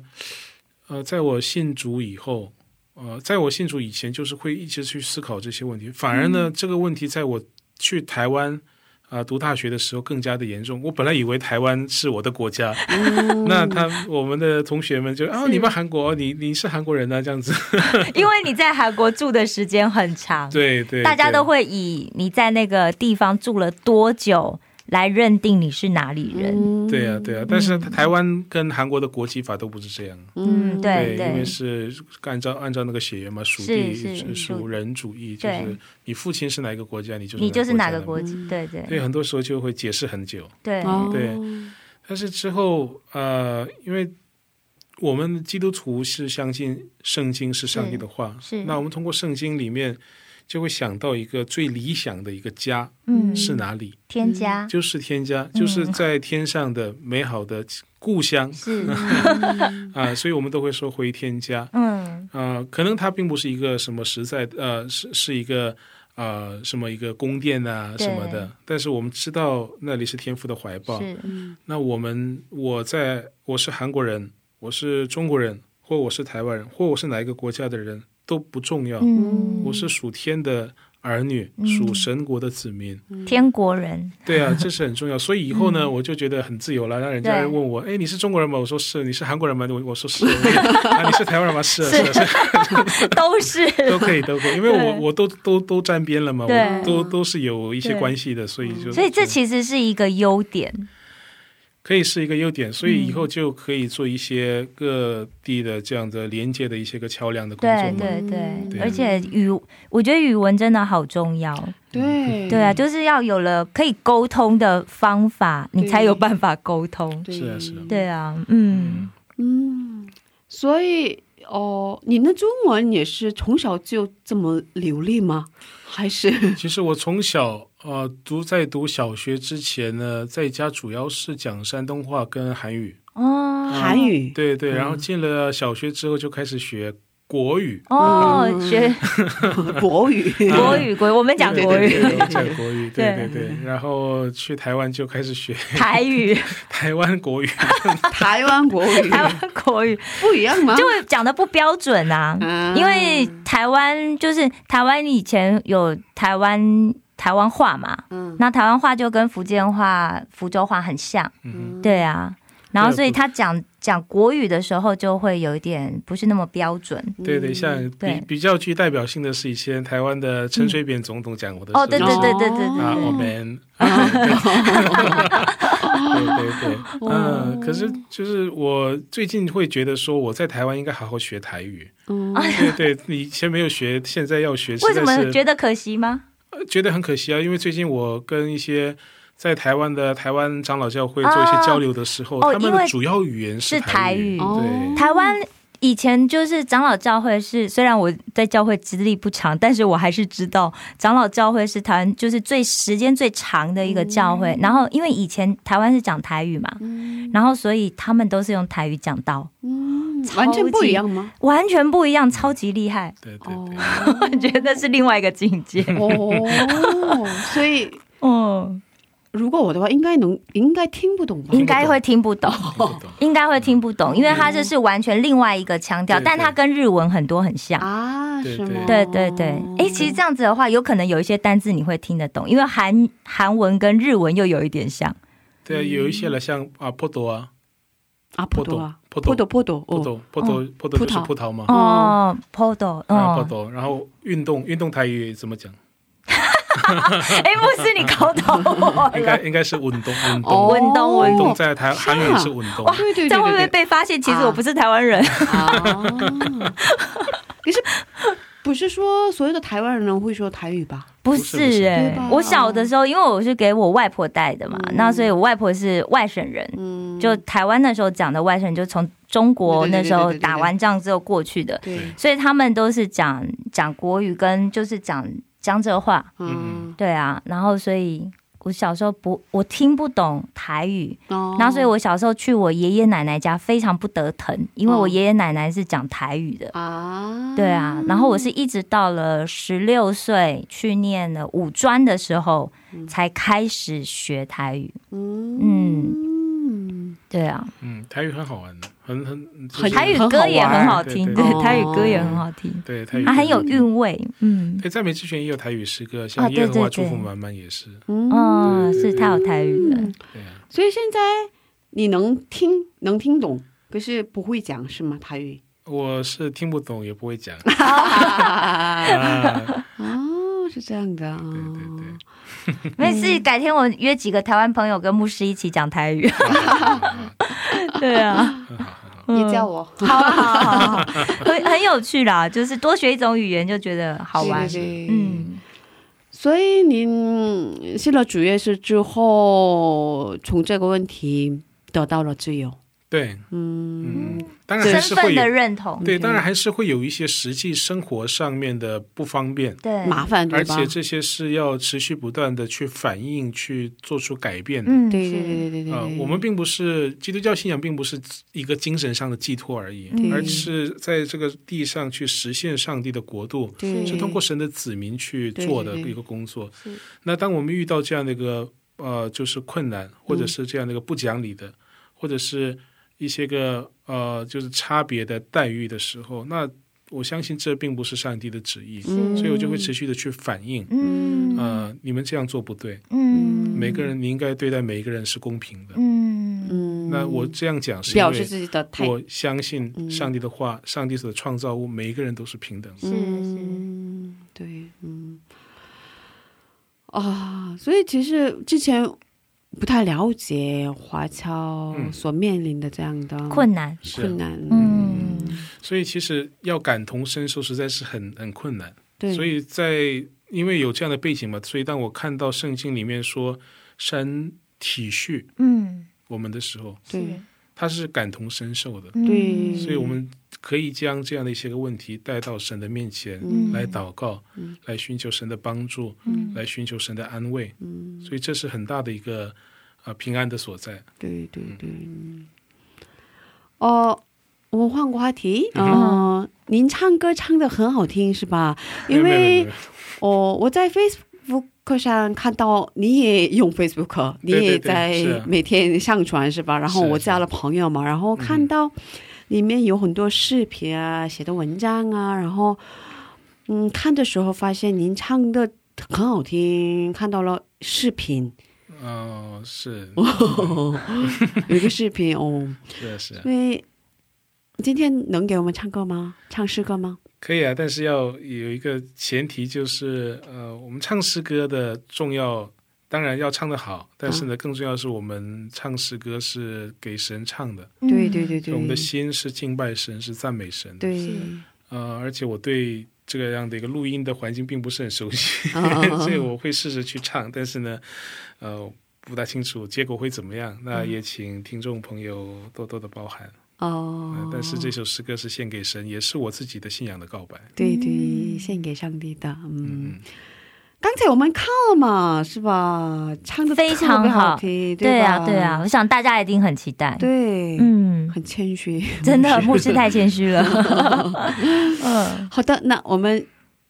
G: 呃，在我信主以后，呃，在我信主以前，就是会一直去思考这些问题。反而
C: 嗯
G: 呢，这个问题在我去台湾啊、呃读大学的时候更加的严重。我本来以为台湾是我的国家，
C: 哦
G: 那他我们的同学们就啊，你们韩国，你你是韩国人啊，这样子，
C: 因为你在韩国住的时间很长，
G: 对对，
C: 大家
G: 对
C: 都会以你在那个地方住了多久来认定你是哪里人。
G: 对呀、对呀、啊但是台湾跟韩国的国籍法都不是这样。
C: 嗯，对
G: 因为是按照按照那个血缘嘛，属地
C: 是是
G: 属
C: 属
G: 人主义，就
C: 对
G: 是你父亲是哪一个国家，你就是
C: 你就是哪个
G: 家
C: 国籍？对对嗯
G: 的。对，很多时候就会解释很久。
C: 对，
B: 哦
G: 对但是之后，呃，因为我们基督徒是相信圣经是上帝的话，
C: 是是
G: 那我们通过圣经里面就会想到一个最理想的一个家
C: 嗯，
G: 是哪里，
C: 添加
G: 就是天家，就是在天上的美好的故乡
C: 是，
G: 啊、所以我们都会说回天家。
C: 嗯
G: 啊，可能它并不是一个什么实在，呃，是是一个呃什么一个宫殿啊
C: 对
G: 什么的，但是我们知道那里是天父的怀抱。
C: 是，
G: 那我们我在我是韩国人，我是中国人，或我是台湾人，或我是哪一个国家的人都不重要，
C: 嗯，
G: 我是属天的儿女，
C: 嗯
G: 属神国的子民。
C: 天国人，
G: 对啊，这是很重要。所以以后呢，我就觉得很自由了。让人家
C: 嗯对
G: 问我，哎，你是中国人吗？我说是。你是韩国人吗？我我说是。 啊，你是台湾人吗？是啊是啊是啊。
C: 都 是，
G: 都可以，都可以，因为
C: 对
G: 我我都都都沾边了嘛，
C: 对
G: 我都都是有一些
C: 对
G: 关系的，所以就
C: 所以这
G: 就
C: 其实是一个优点，
G: 可以是一个优点，所
C: 嗯
G: 以以后就可以做一些各地的这样的连接的一些个桥梁的工作
C: 对
G: 嘛。
C: 对
G: 对啊
C: 对，而且语，我觉得语文真的好重要，
G: 嗯
B: 对
C: 对啊，就是要有了可以沟通的方法，你才有办法沟通，
G: 是啊是啊
C: 对啊，嗯，
B: 嗯，所以哦，你那中文也是从小就这么流利吗？还是
G: 其实我从小呃读在读小学之前呢，在家主要是讲山东话跟韩语，
C: 哦，
B: 韩语？
G: 对
C: 嗯
G: 对，然后进了小学之后就开始学国语，
C: 哦，
B: 嗯
C: 学
B: 国语？
C: 国语，国语，我们讲国语、
G: 对对对讲国 语，对
C: 对
G: 对对，然后去台湾就开始学
C: 台 语、
G: 台湾国语。
B: 台湾国语
C: 台湾国语，
B: 不一样吗？
C: 就会讲的不标准啊。
B: 啊
C: 因为台湾就是台湾以前有台湾台湾话嘛，
B: 嗯
C: 那台湾话就跟福建话、福州话很像，
G: 嗯
C: 对啊。然后
G: 对
C: 所以
G: 不
C: 他讲讲国语的时候就会有一点不是那么标准。
G: 对对，像
C: 嗯对
G: 比比较具代表性的是以前台湾的陈水扁总统讲过的
C: 哦，对
G: 时
C: 对
G: 候
C: 对嗯哦对对对
G: 啊，我
C: 对，
G: 们， 对对 对，嗯，可是就是我最近会觉得说我在台湾应该好好学台 语，
B: 嗯
G: 对对，你以前没有学，现在要学，
C: 为什
G: 实在
C: 么
G: 是
C: 觉得可惜吗？
G: 呃觉得很可惜啊？因为最近我跟一些。在台湾的台湾长老教会做一些交流的时候，
C: 啊哦
G: 他们
C: 因为
G: 的主要语言
C: 是台
G: 语，
C: 语
B: 哦
G: 对，
C: 台湾。以前就是长老教会是，虽然我在教会资历不长，但是我还是知道长老教会是台湾就是最时间最长的一个教
G: 嗯
C: 会。然后因为以前台湾是讲台语嘛，然后所以他们都是用台语讲道，
B: 完全不一样吗？
C: 完全不一样，超级厉害。
G: 对对
B: 哦
G: 对。
C: 我觉得是另外一个境界。
B: 어.哦，所以
G: 哦
C: 嗯，
B: 如果我的话，应该能应该听不懂吧？
C: 应该会听不懂，
G: 听不懂
C: 应该会听不懂，因为它这是
B: 嗯
C: 完全另外一个腔调，
G: 对对
C: 但它跟日文很多很像。
B: 啊，
G: 对
B: 是吗？
C: 对对对，哎、其实这样子的话，有可能有一些单字你会听得懂，因为韩韩文跟日文又有一点像。
G: 对啊，有一些了，像啊，波多啊，
B: 啊，葡萄啊，
G: 葡
B: 葡
G: 萄
B: 萄葡萄
G: 葡
B: 哦
G: 萄，葡萄，葡萄就是
B: 葡萄
G: 葡萄嘛，
C: 哦 p o d o
G: 然
B: 啊
G: 后葡
C: 嗯，
G: 萄，然后运动，运动台语怎么讲？
C: 哎、牧师你搞懂我
G: 应该
C: 了，
G: 应该是运 动，运
B: 哦
G: 动，
C: 文东文
G: 运动
C: 东，
G: 在台
B: 是啊
G: 韩语是运动，
B: 对对对
C: 这样会不会
B: 对对，
C: 被发现？其实我不是台湾人。
B: 啊，可是不是说所有的台湾人会说台语吧？
C: 不
G: 不是不
C: 是
G: 是
C: 哎、
B: 对吧
C: 我小的时候，因为我是给我外婆带的嘛，
B: 嗯
C: 那所以我外婆是外省人，
B: 嗯，
C: 就台湾那时候讲的外省人，就从中国
B: 对对对
C: 那
B: 对
C: 时候
B: 对对对
C: 打完仗之后过去的，
B: 对，
C: 所以他们都是讲讲国语跟就是讲江浙话，
B: 嗯，
C: 음,对啊，然后所以我小时候不，我听不懂台语，
B: 哦
C: 然后所以我小时候去我爷爷奶奶家非常不得疼，因为
B: 哦
C: 我爷爷奶奶是讲台语的。
B: 啊，
C: 对啊，然后我是一直到了十六岁去念了五专的时候，才开始学台语。嗯，
B: 嗯，
C: 对啊，
G: 嗯，台语很好玩的，很很
B: 很
G: 就是
C: 台语歌也很好听，
G: 很好玩哦
C: 对，台语歌也很好听，
G: 对台语
C: 它啊很有
G: 歌
C: 韵味。嗯，
G: 哎对，在美之泉也有台语诗歌，
C: 啊
G: 像
C: 对
G: 耶和华
C: 对
G: 祝福
C: 对
G: 满满也是。
B: 음.
C: 哦，
G: 对对
C: 是它有台语的。
G: 对啊，
B: 所以现在你能听能听懂，可是不会讲是吗？台语
G: 我是听不懂也不 会讲
B: 啊，
G: 啊，
B: 哦，是这样的啊，
G: 对对对。
C: 没事，改天我约几个台湾朋友跟牧师一起讲台语。 哦对啊，
B: 你叫我
C: 好啊，好啊好啊好啊，很很有趣啦，就是多学一种语言就觉得好玩。
B: 对对对
C: 嗯，
B: 所以您嗯信了主耶稣之后，从这个问题得到了自由。
G: 对，嗯，当然还
C: 身
G: 是会
C: 份
G: 有
C: 的，认同，
G: 对，当然还是会有一些实际生活上面的不方便，
C: 对，
B: 麻烦对
G: 嗯而
B: 吧？
G: 且这些是要持续不断的去反映、去做出改变的。
C: 嗯，
B: 对对
C: 是
B: 对对对对，
G: 呃，
B: 对
G: 我们并不是基督教信仰，并不是一个精神上的寄托而已，
B: 嗯对
G: 而是在这个地上去实现上帝的国度，
B: 对
G: 是通过神的子民去做的
B: 对对对
G: 一个工作。那当我们遇到这样的一个呃，就是困难，或
B: 嗯
G: 者是这样的一个不讲理的，或者是一些个呃，就是差别的待遇的时候，那我相信这并不是上帝的旨意，
B: 嗯
G: 所以我就会持续的去反映，
C: 嗯
G: 呃，你们这样做不对，
C: 嗯
G: 每个人你应该对待每一个人是公平的。
C: 嗯
B: 嗯，
G: 那我这样讲是因
B: 表示
G: 为
B: 自己的态度。
G: 我相信上帝的话，上帝所创造物，每一个人都是平等的。
C: 嗯是是，
B: 嗯，对，嗯，啊，所以其实之前不太了解华侨
G: 嗯
B: 所面临的这样的
C: 困难，
G: 是
B: 困难，
C: 嗯
G: 所以其实要感同身受，实在是很很困难。
B: 对，
G: 所以在因为有这样的背景嘛，所以当我看到圣经里面说神体恤
C: 嗯，
G: 我们的时候，
B: 对
G: 他是感同身受的，
C: 嗯
B: 对，
G: 所以我们可以将这样的一些个问题带到神的面前。
C: 嗯
G: 来祷告，来寻求神的帮助，
C: 嗯
G: 来寻求神的安慰，
B: 嗯，
G: 所以这是很大的一个啊、呃平安的所在。
B: 对对对，哦。我们换个话题，嗯、呃，您唱歌唱的很好听是吧？因
G: 没有没
B: 为
G: 有没有没有
B: 哦，我在 Facebook 上看到你也用 Facebook，你
G: 对
B: 也
G: 对对是
B: 在
G: 啊
B: 每天上传是吧？然后
G: 是啊
B: 我
G: 是嗯
B: 加了朋友嘛，然后看到里面有很多视频啊、写的文章啊，然后嗯，看的时候发现您唱的很好听，看到了视 频，
G: 哦，是
B: 有一个视频哦，
G: 是啊是，
B: 所以今天能给我们唱歌吗？唱诗歌吗？
G: 可以啊，但是要有一个前提，就是呃，我们唱诗歌的重要，当然要唱得好，但是
B: 啊
G: 呢，更重要的是我们唱诗歌是给神唱的，
B: 对对对
G: 所以
B: 对，
G: 我们的心是敬拜神，是赞美神的。
B: 对，
G: 呃，而且我对这个样的一个录音的环境并不是很熟悉，
B: 嗯嗯嗯
G: 所以我会试着去唱，但是呢，呃。不大清楚结果会怎么样，那也请听众朋友多多的包涵。
B: 哦
G: 呃，但是这首诗歌是献给神，也是我自己的信仰的告白。
B: 对对，献给上帝的，嗯。
G: 嗯，
B: 刚才我们看了嘛，是吧？唱的
C: 非常
B: 好
C: 好
B: 听，
C: 对
B: 吧？嗯
C: 啊对啊，，我想大家一定很期待，
B: 对，
C: 嗯，
B: 很谦虚。
C: 真的牧师太谦虚了，嗯，
B: 好的，那我们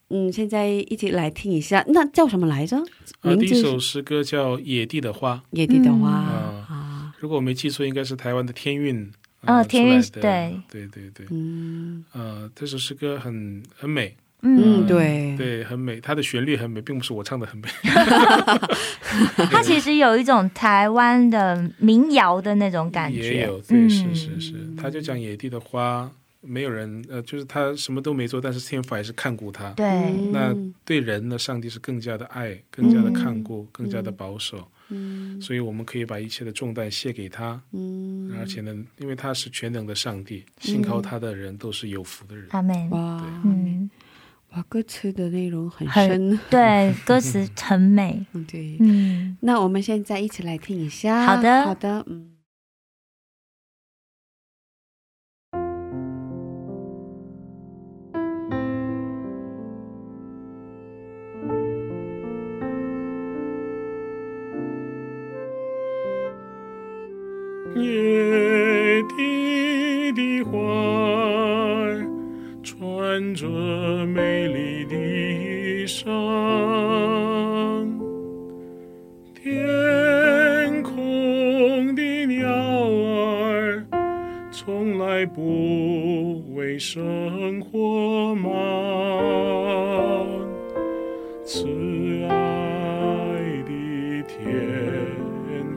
B: 嗯，现在一起来听一下，那叫什么来着？
G: 呃，
B: 名
G: 第
B: 字是
G: 一首诗歌叫《野地的花
B: 野地的花
C: 嗯》
B: 啊，
G: 如果我没记错，应该是台湾的天韵。呃
C: 啊天韵
G: 出来的对对对，
B: 嗯
G: 呃，这首诗歌很很美，
B: 嗯，
C: 嗯，
B: 对，
G: 对，很美，它的旋律很美，并不是我唱的很美，
C: 它其实有一种台湾的民谣的那种感觉，
G: 也有，对，是
C: 嗯
G: 是是，他就讲野地的花，没有人，呃，就是他什么都没做，但是天父还是看顾他。
C: 对，
G: 那
B: 嗯
G: 对人呢，上帝是更加的爱，更加的
C: 嗯
G: 看顾，更加的保守，
B: 嗯
G: 所以我们可以把一切的重担卸给他，
B: 嗯，
G: 而且呢，因为他是全能的上帝，信
C: 嗯
G: 靠他的人都是有福的人。
C: 阿门，
B: 哇
C: 嗯，
B: 哇，歌词的内容很
C: 很
B: 深，
C: 对，歌词很美，
B: 嗯对。
C: 嗯，
B: 那我们现在一起来听一下，
C: 好的
B: 好的，嗯。
H: 我
I: 野地的花儿穿着美丽的衣裳，天空的鸟儿从来不为生活忙。慈爱的天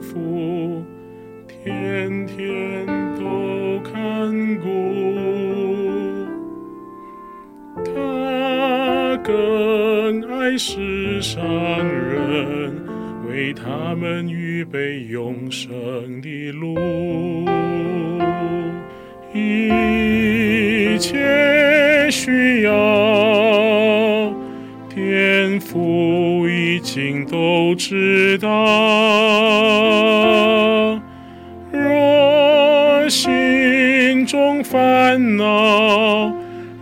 I: 父，天天都看顾。他更爱世上人，为他们预备永生的路。一切需要。天父已经都知道。若心中烦恼，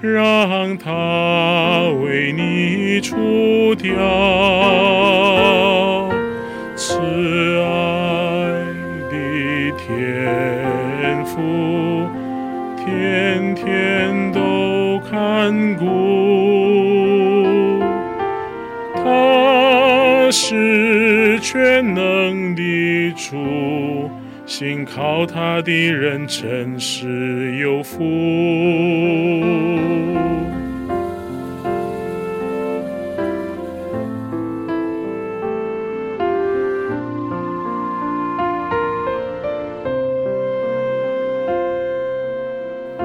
I: 让它为你除掉。慈爱的天父，天天都看顾。他是全能的主，信靠他的人真是有福。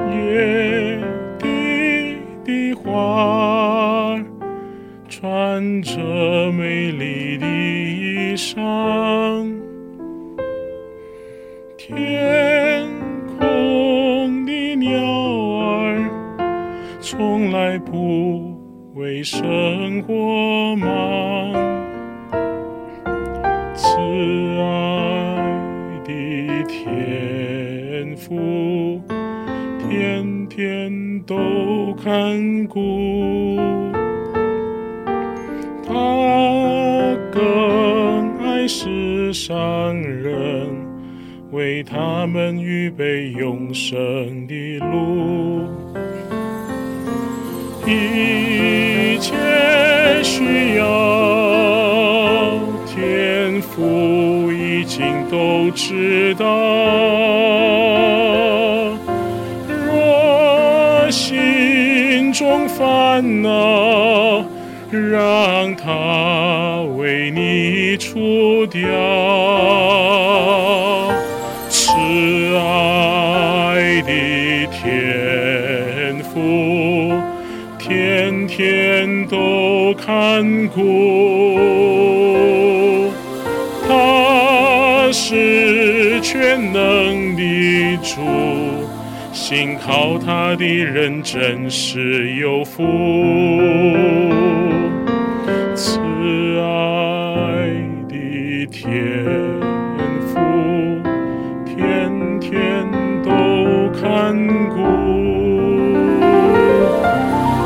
I: 野地的花儿穿着美丽的衣裳，天空的鸟儿从来不为生活忙。慈爱的天父，天天都看顾。他更爱世上人，为他们预备永生的路。一切需要，天父已经都知道。若心中烦恼，让它为你除掉。慈爱的天父，天天都看顾。他是全能的主，信靠他的人真是有福。慈爱的天父，天天都看顾。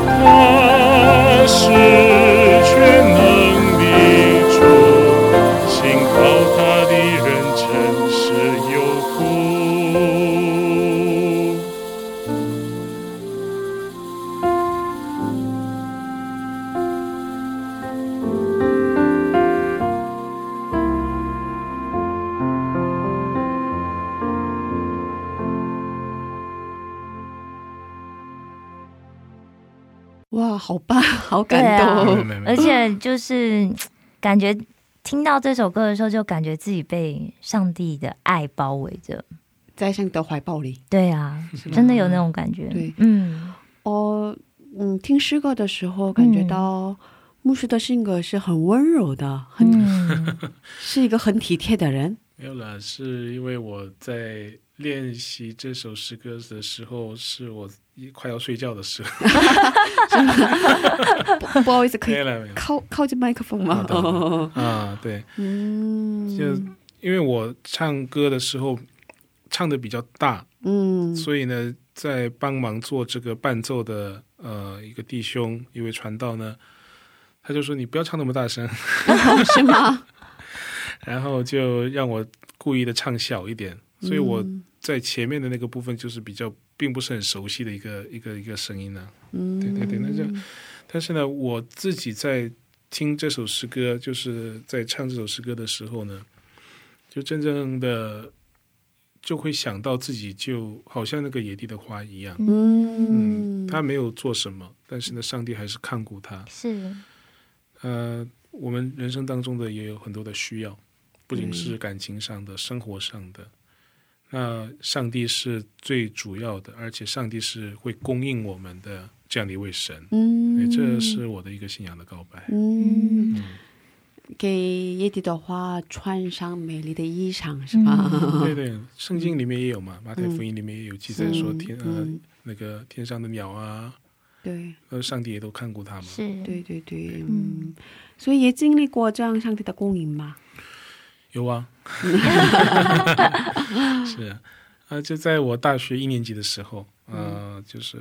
I: 他是全能的主，信靠他的人真是有福。
B: 哇，好棒， 好
C: 对
B: 感
C: 啊
B: 动。
I: 没有没有
C: 而且就是感觉听到这首歌的时候，就感觉自己被上帝的爱包围着。
B: 在上帝的怀抱里。
C: 对啊，真的有那种感觉。
B: 对
C: 嗯，
B: 哦，嗯，听诗歌的时候感觉到牧师的性格是很温柔的，很、
C: 嗯，
B: 是一个很体贴的人。
I: 没有啦，是因为我在练习这首诗歌的时候，是我一快要睡觉的时候。
B: 不不好意思，可
I: 没
B: 以
I: 有啦，没有啦
B: 靠靠近麦克风吗
I: 好？的好的
B: 哦，
I: 啊，对，
B: 嗯，
I: 就因为我唱歌的时候唱的比较大，
B: 嗯，
I: 所以呢，在帮忙做这个伴奏的呃一个弟兄，一位传道呢，他就说你不要唱那么大声，
B: 是吗？
I: 然后就让我故意的唱小一点，
G: 所以我
B: 嗯
G: 在前面的那个部分就是比较并不是很熟悉的一个一个一个声音呢、
B: 嗯，
G: 对对对，那就但是呢，我自己在听这首诗歌，就是在唱这首诗歌的时候呢，就真正的就会想到自己就好像那个野地的花一样，
B: 嗯，
G: 他没有做什么，但是呢，上帝还是看顾他。
C: 是，
G: 呃，我们人生当中的也有很多的需要，不仅
B: 嗯
G: 是感情上的、生活上的。那上帝是最主要的，而且上帝是会供应我们的这样的一位神。
B: 嗯
G: 哎，这是我的一个信仰的告白。
B: 嗯，给野地的花穿上美丽的衣裳是
C: 嗯
B: 吧？
G: 对对，圣经里面也有嘛，马太福音里面也有记载说
B: 嗯
G: 天、
B: 嗯
G: 呃那个天上的鸟啊，
B: 对
G: 呃，上帝也都看顾他嘛。
C: 是，
B: 对对对，嗯，所以也经历过这样上帝的供应嘛。
G: 有啊， 是啊、呃就在我大学一年级的时候，呃，就是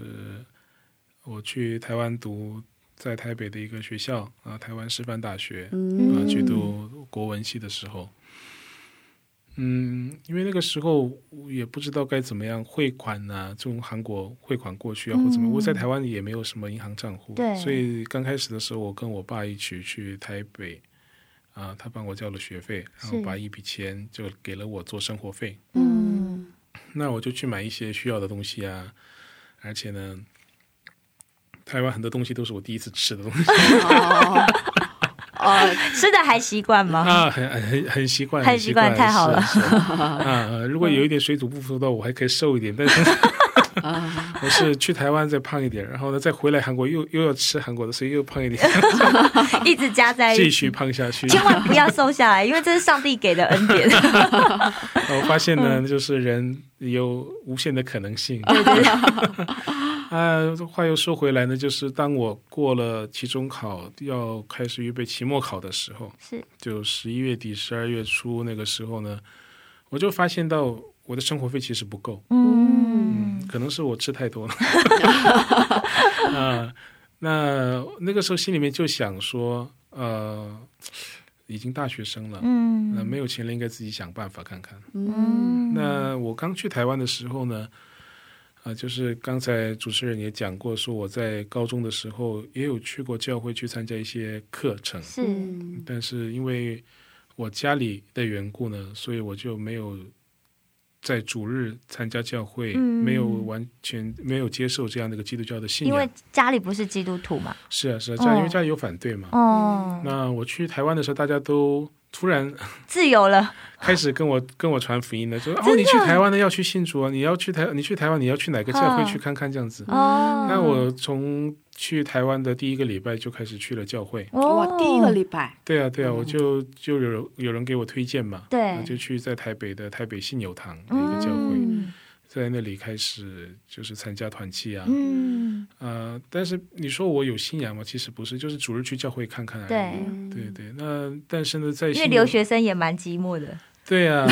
G: 我去台湾读，在台北的一个学校啊、台湾师范大学，啊、
B: 嗯，
G: 去读国文系的时候，嗯，因为那个时候我也不知道该怎么样汇款呐、从韩国汇款过去啊，或怎么，我在台湾也没有什么银行账户，
C: 嗯对
G: 所以刚开始的时候，我跟我爸一起去台北，啊、他帮我交了学费，然后
C: 是
G: 把一笔钱就给了我做生活费，
C: 嗯，
G: 那我就去买一些需要的东西啊，而且呢。台湾很多东西都是我第一次吃的东西
B: 哦，哦，
C: 吃的还习惯 吗？
G: 啊，很很很习惯，
C: 很习
G: 习
C: 惯
G: 惯，
C: 太好
G: 是
C: 了
G: 是啊、呃如果有一点水土不服的话，我还可以瘦一点，但是我是去台湾再胖一点，然后呢再回来韩国又又要吃韩国的，所以又胖一点，
C: 一直加在一
G: 继
C: 起，
G: 续胖下 去。
C: 千万不要瘦下来，因为这是上帝给的恩典。
G: 我发现呢，
C: 嗯
G: 就是人有无限的可能性。 啊，话又说回来呢，就是当我过了期中考，要开始预备期末考的时候，
C: 是
G: 就十一月底、十二月初那个时候呢，我就发现到我的生活费其实不够。
C: 嗯，
G: 可能是我吃太 多了。 啊、那那个时候心里面就想说，呃，已经大学生了，
C: 嗯
G: 那、没有钱了，应该自己想办法看看。
C: 嗯，
G: 那我刚去台湾的时候呢，啊、就是刚才主持人也讲过，说我在高中的时候也有去过教会去参加一些课程，
C: 是
B: 嗯
G: 但是因为我家里的缘故呢，所以我就没有在主日参加教会，
C: 嗯
G: 没有完全没有接受这样的一个基督教的信
C: 因为
G: 仰。
C: 家里不是基督徒嘛，
G: 是啊，是啊，家里因
C: 哦
G: 为家里有反对嘛。
C: 哦，
G: 那我去台湾的时候，大家都突然
C: 自由了，
G: 开始跟我跟我传福音了，就说哦，你去台湾的要去信主啊，你要去台，你去台湾，你要去哪个教会
C: 嗯
G: 去看看这样子。
C: 哦，
G: 那我从去台湾的第一个礼拜就开始去了教会。
C: 哦
B: 哇，第一个礼拜，
G: 对啊，对啊，我就就有有人给我推荐嘛，
C: 对
G: 我就去在台北的台北信友堂的一个教会，
C: 嗯
G: 在那里开始就是参加团契啊，
C: 嗯，
G: 呃，但是你说我有信仰吗？其实不是，就是主日去教会看看而已。
C: 对，
G: 对对，那但哎是呢，在
C: 因
G: 信
C: 为
G: 友
C: 留学生也蛮寂寞 的，
G: 对啊，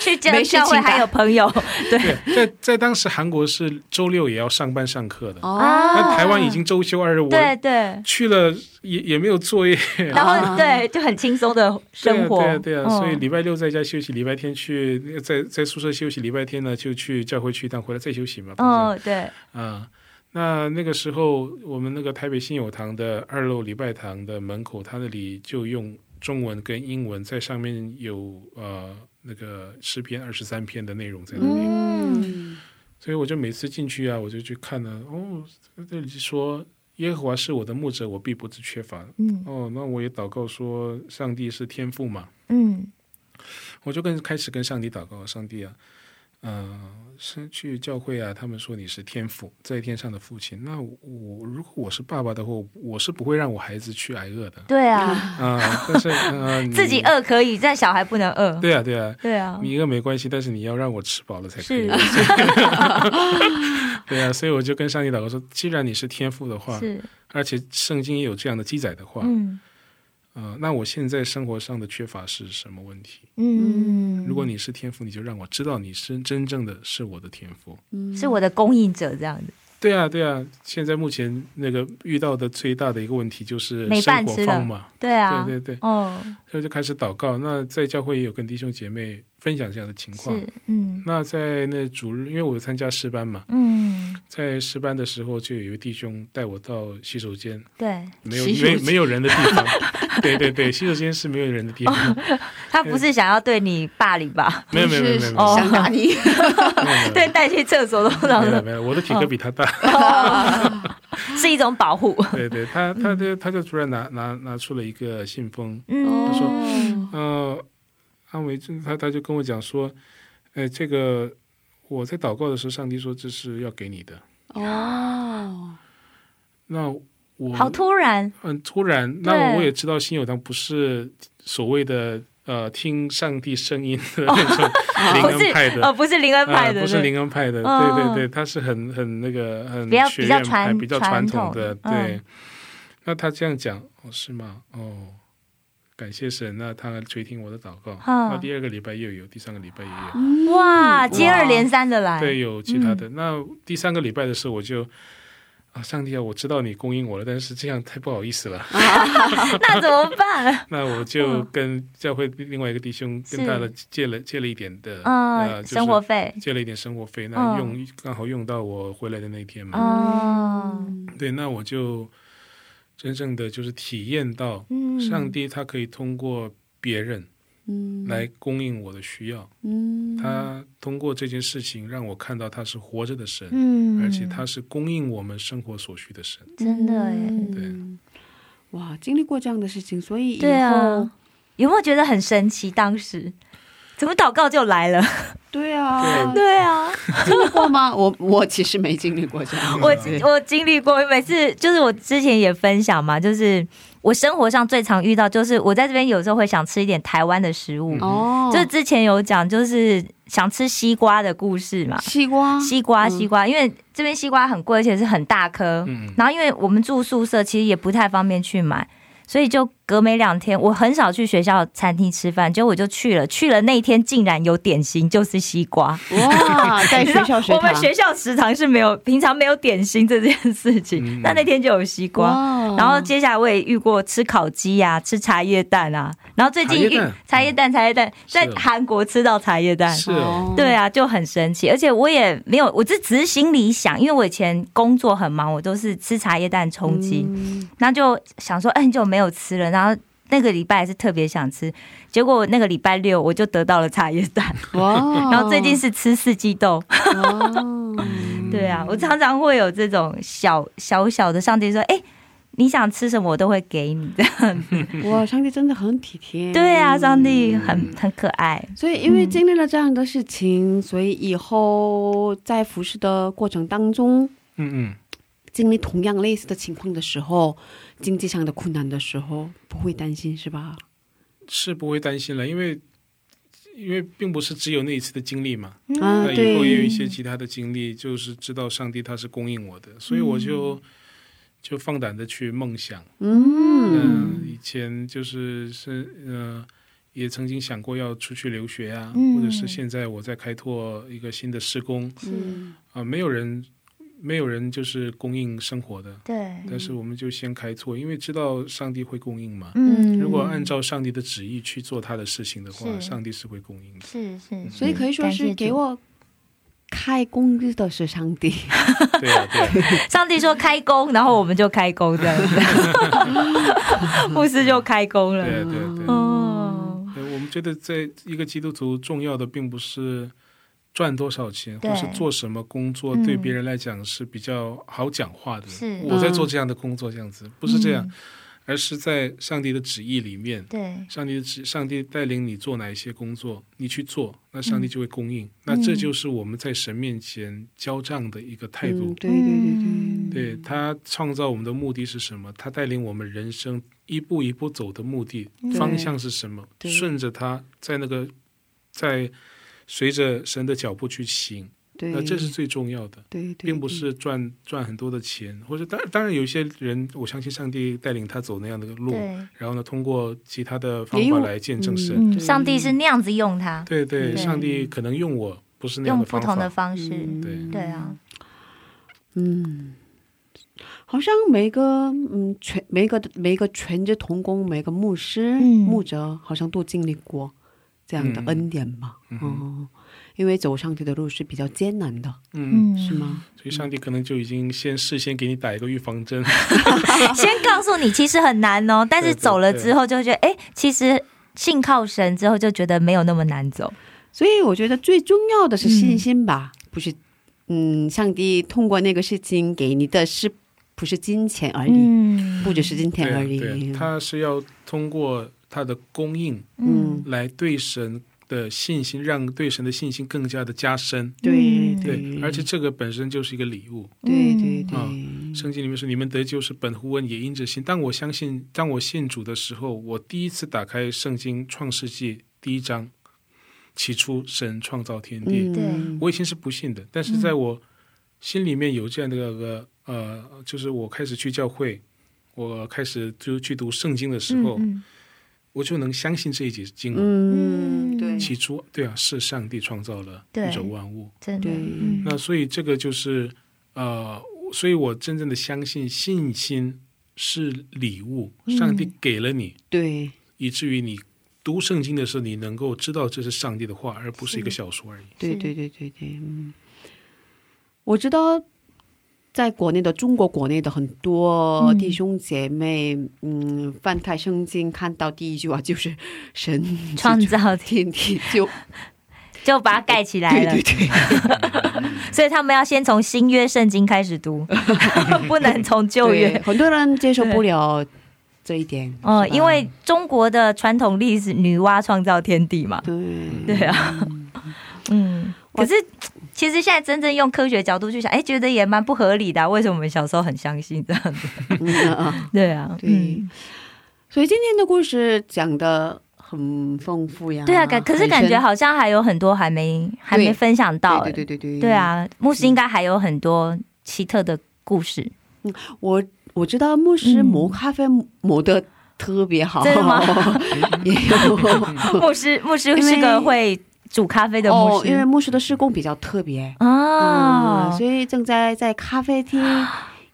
C: 去教
B: 没事情
C: 教会
B: 干
C: 还有朋友，
G: 对， 在在当时韩国是周六也要上班上课的，
B: 哦，
C: 啊
G: 那台湾已经周休二日，我
C: 对对，
G: 去了也也没有作业，
C: 然后对就很轻松的生活，
G: 对啊，对啊，对啊所以
C: 嗯
G: 礼拜六在家休息，礼拜天去那个在在宿舍休息，礼拜天呢就去教会去一趟，回来再休息嘛。
C: 嗯对，
G: 啊、那那个时候我们那个台北信友堂的二楼礼拜堂的门口，他那里就用中文跟英文在上面有呃那个诗篇二十三篇的内容在那里，
C: 嗯
G: 所以我就每次进去啊，我就去看呢、哦，这里说。耶和华是我的牧者，我必不致缺乏。
C: 嗯
G: 哦，那我也祷告说，上帝是天父嘛，
C: 嗯
G: 我就跟开始跟上帝祷告，上帝啊，呃，是去教会啊，他们说你是天父，在天上的父亲。那我如果我是爸爸的话，我是不会让我孩子去挨饿的
C: 对啊，
G: 啊、但是 呃，你
C: 自己。饿可以，但小孩不能饿，
G: 对啊，对啊，
C: 对啊，
G: 你饿没关系，但是你要让我吃饱了才可以
C: 是。
G: 对啊，所以我就跟上帝祷告说，既然你是天父的话，
C: 是
G: 而且圣经也有这样的记载的话，
C: 嗯
G: 呃，那我现在生活上的缺乏是什么问题？
C: 嗯，
G: 如果你是天父，你就让我知道你是真正的是我的天父。
C: 嗯是我的供应者这样子，
G: 对啊，对啊，现在目前那个遇到的最大的一个问题就是
C: 没
G: 生
C: 饭
G: 活
C: 吃了
G: 方嘛，
C: 对啊，
G: 对对对，
C: 哦，
G: 所以就开始祷告。那在教会也有跟弟兄姐妹分享这样的情况。
C: 是，嗯
G: 那在那主日，因为我有参加师班嘛，
C: 嗯，
G: 在师班的时候，就有一个弟兄带我到洗手间，
C: 对，
G: 没有
B: 洗手
G: 没有
B: 间
G: 没有人的地方。 对对对，洗手间是没有人的地
C: 哦
G: 方，
C: 他不是想要对你霸凌吧？
G: 没有没有没有没有没有
B: 想打你，
G: 没有，
C: 哦对，哦带去厕所都让
G: 没有
C: 人
G: 没有，我的体格比他大。
C: 是一种保护。
G: 对对，他他就他就突然拿拿拿出了一个信封，
C: 嗯，
G: 说呃，安维正他他就跟我讲说，呃，这个我在祷告的时候，上帝说这是要给你的。
B: 哦，
G: 那我
C: 好突然，
G: 很突然，
C: 对
G: 那我也知道新友堂不是所谓的呃听上帝声音的那种
C: 不
G: 灵
C: 是
G: 恩派的。
C: 呃，不是灵恩派的，
G: 呃不是
C: 对
G: 灵恩派的，
C: 嗯
G: 对对对，他是很很那个很
C: 比较
G: 学
C: 比较
G: 院派
C: 传
G: 比较
C: 传
G: 传统的，
C: 统
G: 对
C: 嗯。
G: 那他这样讲，哦，是吗？哦，感谢神，那他垂听我的祷告。
C: 嗯
G: 那第二个礼拜又有，第三个礼拜也有。
C: 哇，啊接二连三的来，
G: 对，有其他的。那第三个礼拜的时候，我就啊，上帝啊，我知道你供应我了，但是这样太不好意思了。
C: 嗯 那怎么办？
G: 那我就跟教会另外一个弟兄跟他的借了借了一点的，呃，
C: 嗯，
G: 就是
C: 生活费，
G: 借了一点生活费，
C: 嗯
G: 那用、刚好用到我回来的那一天嘛。
C: 嗯
G: 对，那我就真正的就是体验到
C: 嗯，
G: 上帝他可以通过别人
B: 嗯
G: 来供应我的需要，
B: 嗯，
G: 他通过这件事情让我看到他是活着的神。
C: 嗯，
G: 而且他是供应我们生活所需的神。
C: 真的耶，
B: 嗯哇，经历过这样的事情，所以以
C: 对
B: 后
C: 啊，有没有觉得很神奇？当时怎么祷告就来了？
B: 对啊，
C: 对啊，
B: 经历过吗？我我其实没经历过这样的，
C: 我
B: 对
C: 我经历过，每次就是我之前也分享嘛，就是我生活上最常遇到，就是我在这边有时候会想吃一点台湾的食物，
B: 哦，
C: 就之前有讲，就是想吃西瓜的故事嘛。
B: 西瓜，
C: 西瓜，
B: 嗯
C: 西瓜，因为这边西瓜很贵，而且是很大颗。
G: 嗯
C: 然后因为我们住宿舍，其实也不太方便去买，所以就隔没两天，我很少去学校餐厅吃饭，结果我就去了，去了那一天竟然有点心，就是西瓜。
B: 哇，在学
C: 你知道
B: 校学
C: 我们
B: 堂，
C: 学校食堂是没有，平常没有点心这件事情
G: 嗯，
C: 那、那天就有西瓜。
B: 哇
C: 然后接下来我也遇过吃烤鸡呀、吃茶叶蛋啊，然后最近遇
G: 茶
C: 茶
G: 叶
C: 叶蛋、茶叶蛋，
G: 是哦
C: 在韩国吃到茶叶蛋，
G: 是哦，
B: 哦
C: 对啊，就很神奇。而且我也没有，我这只是心里想，因为我以前工作很忙，我都是吃茶叶蛋充饥，
B: 嗯
C: 然后就想说，哎，很久没有吃了，然后。那个礼拜还是特别想吃，结果那个礼拜六我就得到了茶叶蛋，
B: 哇，
C: 然后最近是吃四季豆，
B: 哇
G: 嗯
C: 对啊，我常常会有这种小小小的上帝说，哎、你想吃什么我都会给你的，
B: 哇，上帝真的很体贴，
C: 对啊，上帝
G: 嗯
C: 很很可爱，
B: 所以，因为
C: 嗯
B: 经历了这样的事情，所以以后在服侍的过程当中，
G: 嗯嗯，
B: 经历同样类似的情况的时候，经济上的困难的时候，不会担心是吧？
G: 是不会担心了，因为因为并不是只有那一次的经历嘛，
C: 嗯
B: 啊
G: 那，以后也有一
B: 对，
G: 些其他的经历，就是知道上帝他是供应我的，所以我就。就放胆的去梦想，
B: 嗯，
G: 嗯、以前就是是呃，也曾经想过要出去留学啊，
C: 嗯
G: 或者是现在我在开拓一个新的施工
B: 嗯
G: 啊、没有人，没有人就是供应生活的，
C: 对，
G: 但是我们就先开拓，因为知道上帝会供应嘛，
C: 嗯，
G: 如果按照上帝的旨意去做他的事情的话，
C: 是
G: 上帝是会供应的。
C: 是是，
B: 所以可以说
C: 感谢
B: 是
C: 主
B: 给我开工资的是上帝，
G: 对啊，对啊，
C: 上帝说开工，然后我们就开工这样 子，牧师就开工
G: 对啊，对
C: 了，
G: 啊，对啊。
C: 哦，
G: 呃我们觉得，在一个基督徒重要的，并不是赚多少钱，
C: 对
G: 或是做什么工作，
C: 嗯
G: 对别人来讲是比较好讲话的。
C: 是嗯
G: 我在做这样的工作，这样子不是这样，而是在上帝的旨意里面。
C: 对，
G: 上帝的旨，上帝带领你做哪一些工作，你去做，那上
C: 嗯
G: 帝就会供应。那这就是我们在神面前交账的一个态度。
B: 嗯对对对对，
C: 嗯
G: 对他创造我们的目的是什么？他带领我们人生一步一步走的目的方向是什么？
B: 对
G: 顺着他在那个在随着神的脚步去行，
B: 对，
G: 那这是最重要的，
B: 对，对
G: 并不是赚赚很多的钱，或者当当然有一些人，我相信上帝带领他走那样的路，
C: 对，
G: 然后呢，通过其他的方
B: 也
G: 法
B: 有
G: 来见证神。
C: 嗯，上帝是那样子用它，
G: 对对，
C: 对
G: 上帝可能用我不是那样
C: 用
G: 的
C: 不
G: 方
C: 同的
G: 法，
C: 方式，
G: 对
C: 对啊，
B: 嗯，好像每个嗯全每个每个全职童工每个牧师、
C: 嗯
B: 牧者好像都经历过这样的
G: 嗯
B: 恩典吧。
G: 嗯哼
B: 哦，因为走上帝的路是比较艰难的，
G: 嗯，
C: 嗯，
B: 是吗？
G: 所以上帝可能就已经先事先给你打一个预防针，
C: 先告诉你其实很难 哦，但是走了之后就会觉得，哎，其实信靠神之后就觉得没有那么难走。
B: 所以我觉得最重要的是
C: 嗯
B: 信心吧，不是，嗯，上帝通过那个事情给你的是不是金钱而已，
C: 嗯
B: 不只是金
G: 对
B: 钱
G: 啊
B: 而已。
G: 对啊，他是要通过他的供应
B: 嗯，
G: 来对神的信心，让对神的信心更加的加深。
B: 对
C: 嗯
G: 对，而且这个本身就是一个礼物。
B: 对对对，嗯
G: 圣经里面说：“你们得救是本乎恩，也因着信。”当我相信，当我信主的时候，我第一次打开圣经《创世纪》第一章，起初神创造天地。
B: 嗯
C: 对
G: 我以前是不信的，但
C: 嗯
G: 是在我心里面有这样的一个呃，就是我开始去教会，我开始就去读圣经的时候，
C: 嗯
G: 我就能相信这一节经文。
B: 嗯，对，
G: 起初，对啊，是上帝创造了
C: 对
G: 宇宙万物。
C: 真的
B: 对，
C: 嗯
G: 那所以这个就是呃，所以我真正的相信信心是礼物，
C: 嗯
G: 上帝给了你，
B: 对，
G: 以至于你读圣经的时候，你能够知道这是上帝的话，而不是一个小说而已。
B: 对，对，对，对，对，嗯，我知道，在国内的中国国内的很多
C: 嗯
B: 弟兄姐妹，嗯，翻开圣经看到第一句话就是“神
G: 嗯
C: 创造天
B: 天 地就
C: 就把它盖起”，来
B: 对
C: 了
B: 对，对，
C: 所以他们要先从新约圣经开始读， 不能从旧
B: 对，
C: 约。
B: 很多人接受不了这一点，
C: 哦、
B: 是吧
C: 因为中国的传统历史，女娲创造天地嘛。
B: 对
C: 对啊，嗯，可是其实现在真正用科学角度去想，哎，觉得也蛮不合理的啊、为什么我们小时候很相信这样 子？
B: 嗯嗯嗯
C: 对啊，
B: 对
C: 嗯
B: 所以今天的故事讲的很丰富呀。
C: 对啊，感可是感觉
B: 很深
C: 好像还有很多还没还没分享到、哎
B: 嗯对对对对对，
C: 对！啊，牧师应该还有很多奇特的故事，
B: 我我知道牧师
C: 嗯
B: 磨咖啡磨的特别好，
C: 真的吗？
B: 也 有
C: 牧师牧师
B: 因为
C: 是个会煮咖啡的牧
B: 哦，
C: 师
B: 因为牧师的施工比较特别
C: 啊、
B: 嗯所以正在在咖啡厅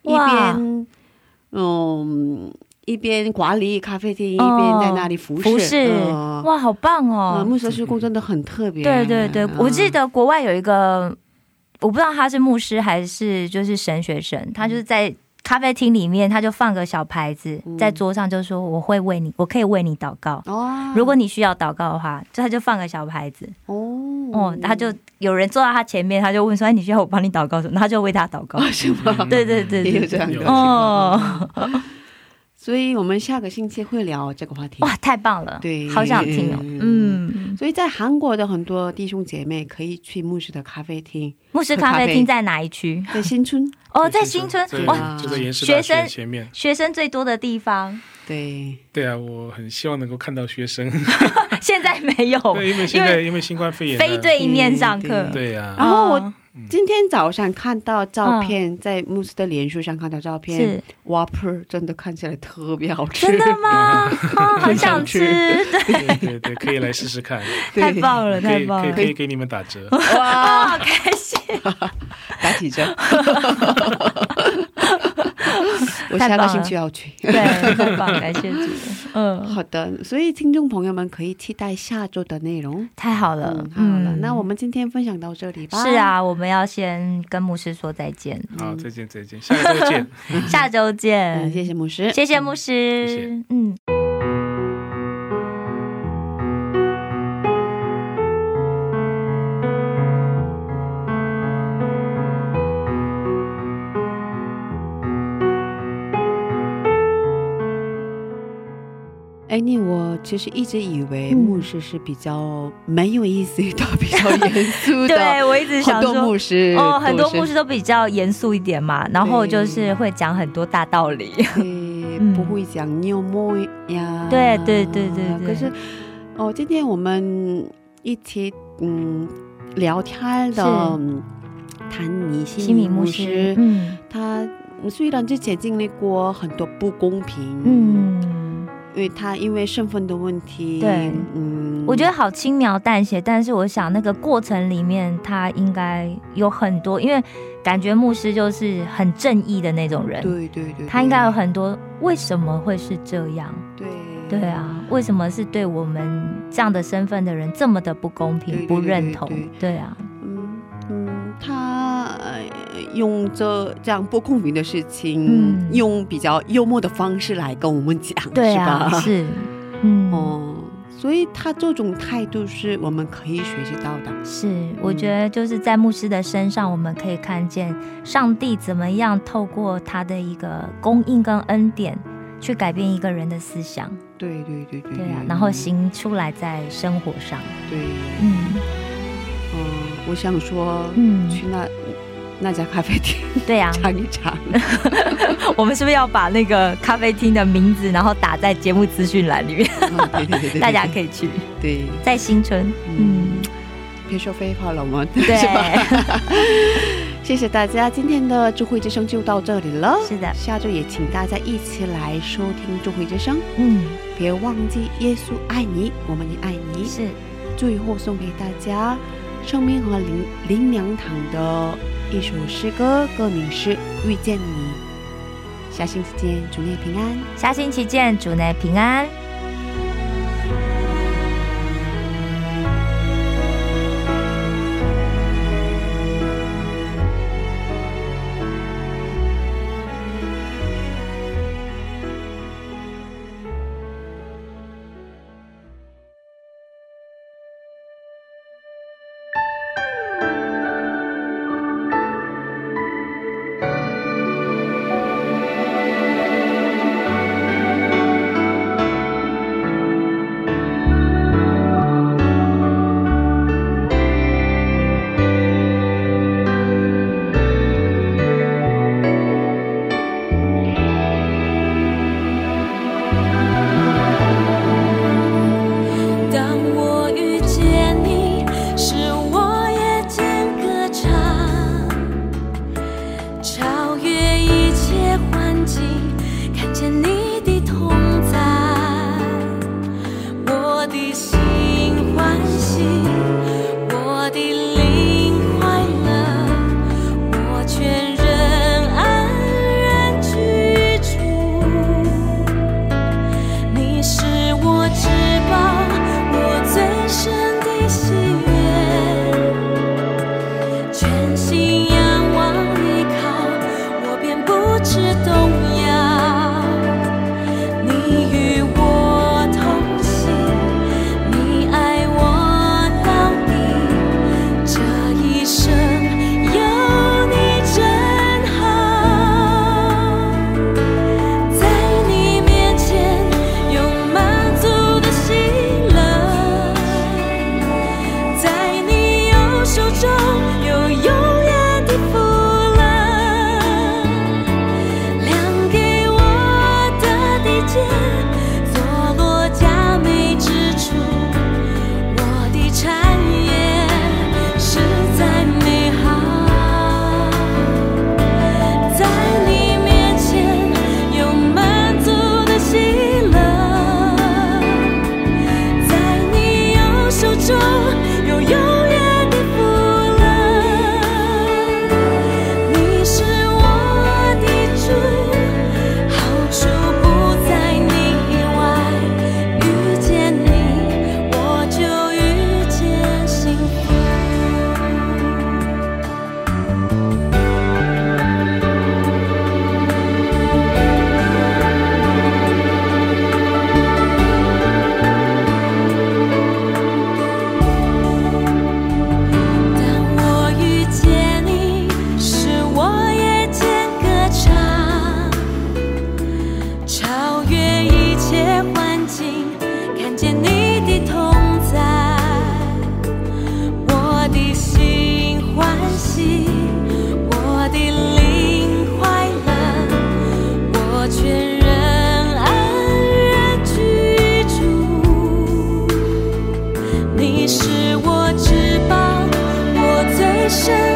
B: 一
C: 哇
B: 边嗯一边管理咖啡厅，一
C: 哦
B: 边在那里服侍。
C: 服饰、
B: 嗯
C: 哇，好棒哦！
B: 嗯牧师的施工真的很特别。
C: 对对对
B: 嗯，
C: 我记得国外有一个，我不知道他是牧师还是就是神学生，他就是在咖啡厅里面，他就放个小牌子
B: 嗯
C: 在桌上，就说我会为你，我可以为你祷告。
B: 哦，
C: 如果你需要祷告的话，就他就放个小牌子，
B: 哦，
C: 哦，他就有人坐到他前面，他就问说：“哎，你需要我帮你祷告什么？”他就为他祷告。
B: 是吗？
C: 哦对对对
B: 哦也有
C: 对
B: 这
C: 对，
B: 样的
G: 嗯有
B: 嗯
C: 哦，
B: 所以我们下个星期会聊这个话题。
C: 哇，太棒了，
B: 嗯对
C: 好想听哦，嗯，
B: 所以在韩国的很多弟兄姐妹可以去牧师的咖啡厅，
C: 牧师咖啡厅在哪一区？
B: 在新村。
C: 哦，在新村，哇，
B: 哇
G: 就在延世
C: 学
G: 大
C: 生
G: 学前面。
C: 学生最多的地方。
B: 对，
G: 对啊，我很希望能够看到学生，
C: 现在没有，
G: 对， 因为现在因为新冠肺炎啊，
C: 非对面上课。
G: 对呀、
B: 然
G: 啊，
B: 后我
C: 嗯
B: 今天早上看到照片，在牧师的脸书上看到照片
C: 是，
B: 瓦普真的看起来特别好吃，
C: 真的 吗？啊，很想吃，对，
G: 对对对，可以来试试看，
B: 对
C: 太棒了，
G: 可
C: 太
G: 以
C: 棒
G: 可以
C: 了
G: 可，以给你们打折，
C: 啊，
B: 哇，
C: 好开 心，
B: 打几 折？我下个星期要去。
C: 对，太棒，感谢主，嗯，
B: 好的，所以听众朋友们可以期待下周的内容。
C: 太好了
B: 嗯，，好了，那我们今天分享到这里吧。
C: 是，啊，我们要先跟牧师说再见，
G: 好，再见再见，下周见。
C: 下周
B: 嗯，
C: 见，
B: 谢谢牧师，
C: 谢谢牧师，
G: 谢谢
C: 嗯。
B: 哎，你我其实一直以为牧师是比较没有意思 的，比较严肃的。
C: 对，我一直想
B: 很多
C: 说，
B: 牧师
C: 哦，很多
B: 都是
C: 牧师都比较严肃一点嘛，然后
B: 对
C: 就是会讲很多大道理。
B: 对
C: 嗯
B: 不会讲幽默呀。
C: 对对对对对
B: 可是哦，今天我们一起嗯聊天的
C: 是
B: 嗯谈你
C: 西
B: 心
C: 米
B: 理
C: 牧
B: 师
C: 师，，嗯
B: 他虽然之前经历过很多不公平，，
C: 嗯，
B: 因为他因为身份的问题，
C: 对
B: 嗯，
C: 我觉得好轻描淡写，但是我想那个过程里面，他应该有很多，因为感觉牧师就是很正义的那种人，
B: 对对对，
C: 他应该
B: 对
C: 有很多为什么会是这样，
B: 对，
C: 对啊，为什么是对我们这样的身份的人这么的不公
B: 对对
C: 平、不认同
B: 对对？
C: 对啊，
B: 嗯嗯，他呃用这这样不公平的事情，
C: 嗯
B: 用比较幽默的方式来跟我们讲，
C: 对啊，
B: 是吧？
C: 是，嗯，
B: 哦，所以他这种态度是我们可以学习到的。
C: 是，我觉得就是在牧师的身上，我们可以看见上帝怎么样透过他的一个供应跟恩典，去改变一个人的思想，
B: 对对对对
C: 对啊，然后行出来在生活上，
B: 对，
C: 嗯
B: 嗯、我想说，
C: 嗯，
B: 去那那家咖啡店
C: 对啊，
B: 尝一尝。
C: 我们是不是要把那个咖啡厅的名字，然后打在节目资讯栏里 面，
B: 嗯对对对对，
C: 大家
B: 以
C: 可以去，
B: 对，
C: 在新村，
B: 嗯
C: 嗯，
B: 别说废话了，我们
C: 对，
B: 是 吧？谢谢大家，今天的智慧之声就到这里了。
C: 是的
B: 下周也请大家一起来收听智慧之声，
C: 嗯，
B: 别忘记耶稣爱你，我们也爱你。
C: 是，
B: 最后送给大家生命和林林良堂的一首诗歌，歌名是《遇见你》。下星期见，祝你平安。
C: 下星期见，主内平安。
A: 当我遇见你，是我夜间歌唱，超越一切环境，看见你的同在，我的心欢喜，我的灵快乐，我全人安然居住。你是我至宝，我最深的喜悦。全心仰望依靠，我便不知动摇。你与我同行，你爱我到底，这一生有你真好。在你面前有满足的喜乐，在你右手中有永远的福乐，量给我的地界，坐落佳美之处，我的产业实在美好。在你面前有满足的喜乐，在你右手中有永远的福乐。你是我的主，好处不在你以外。遇见你，我就遇见幸福。当我遇见你，是我夜间歌唱，超越一切环境，看见你的同在，我的心欢喜，我的灵快乐，我全人安然居住。你是我至宝，我最深
D: 啊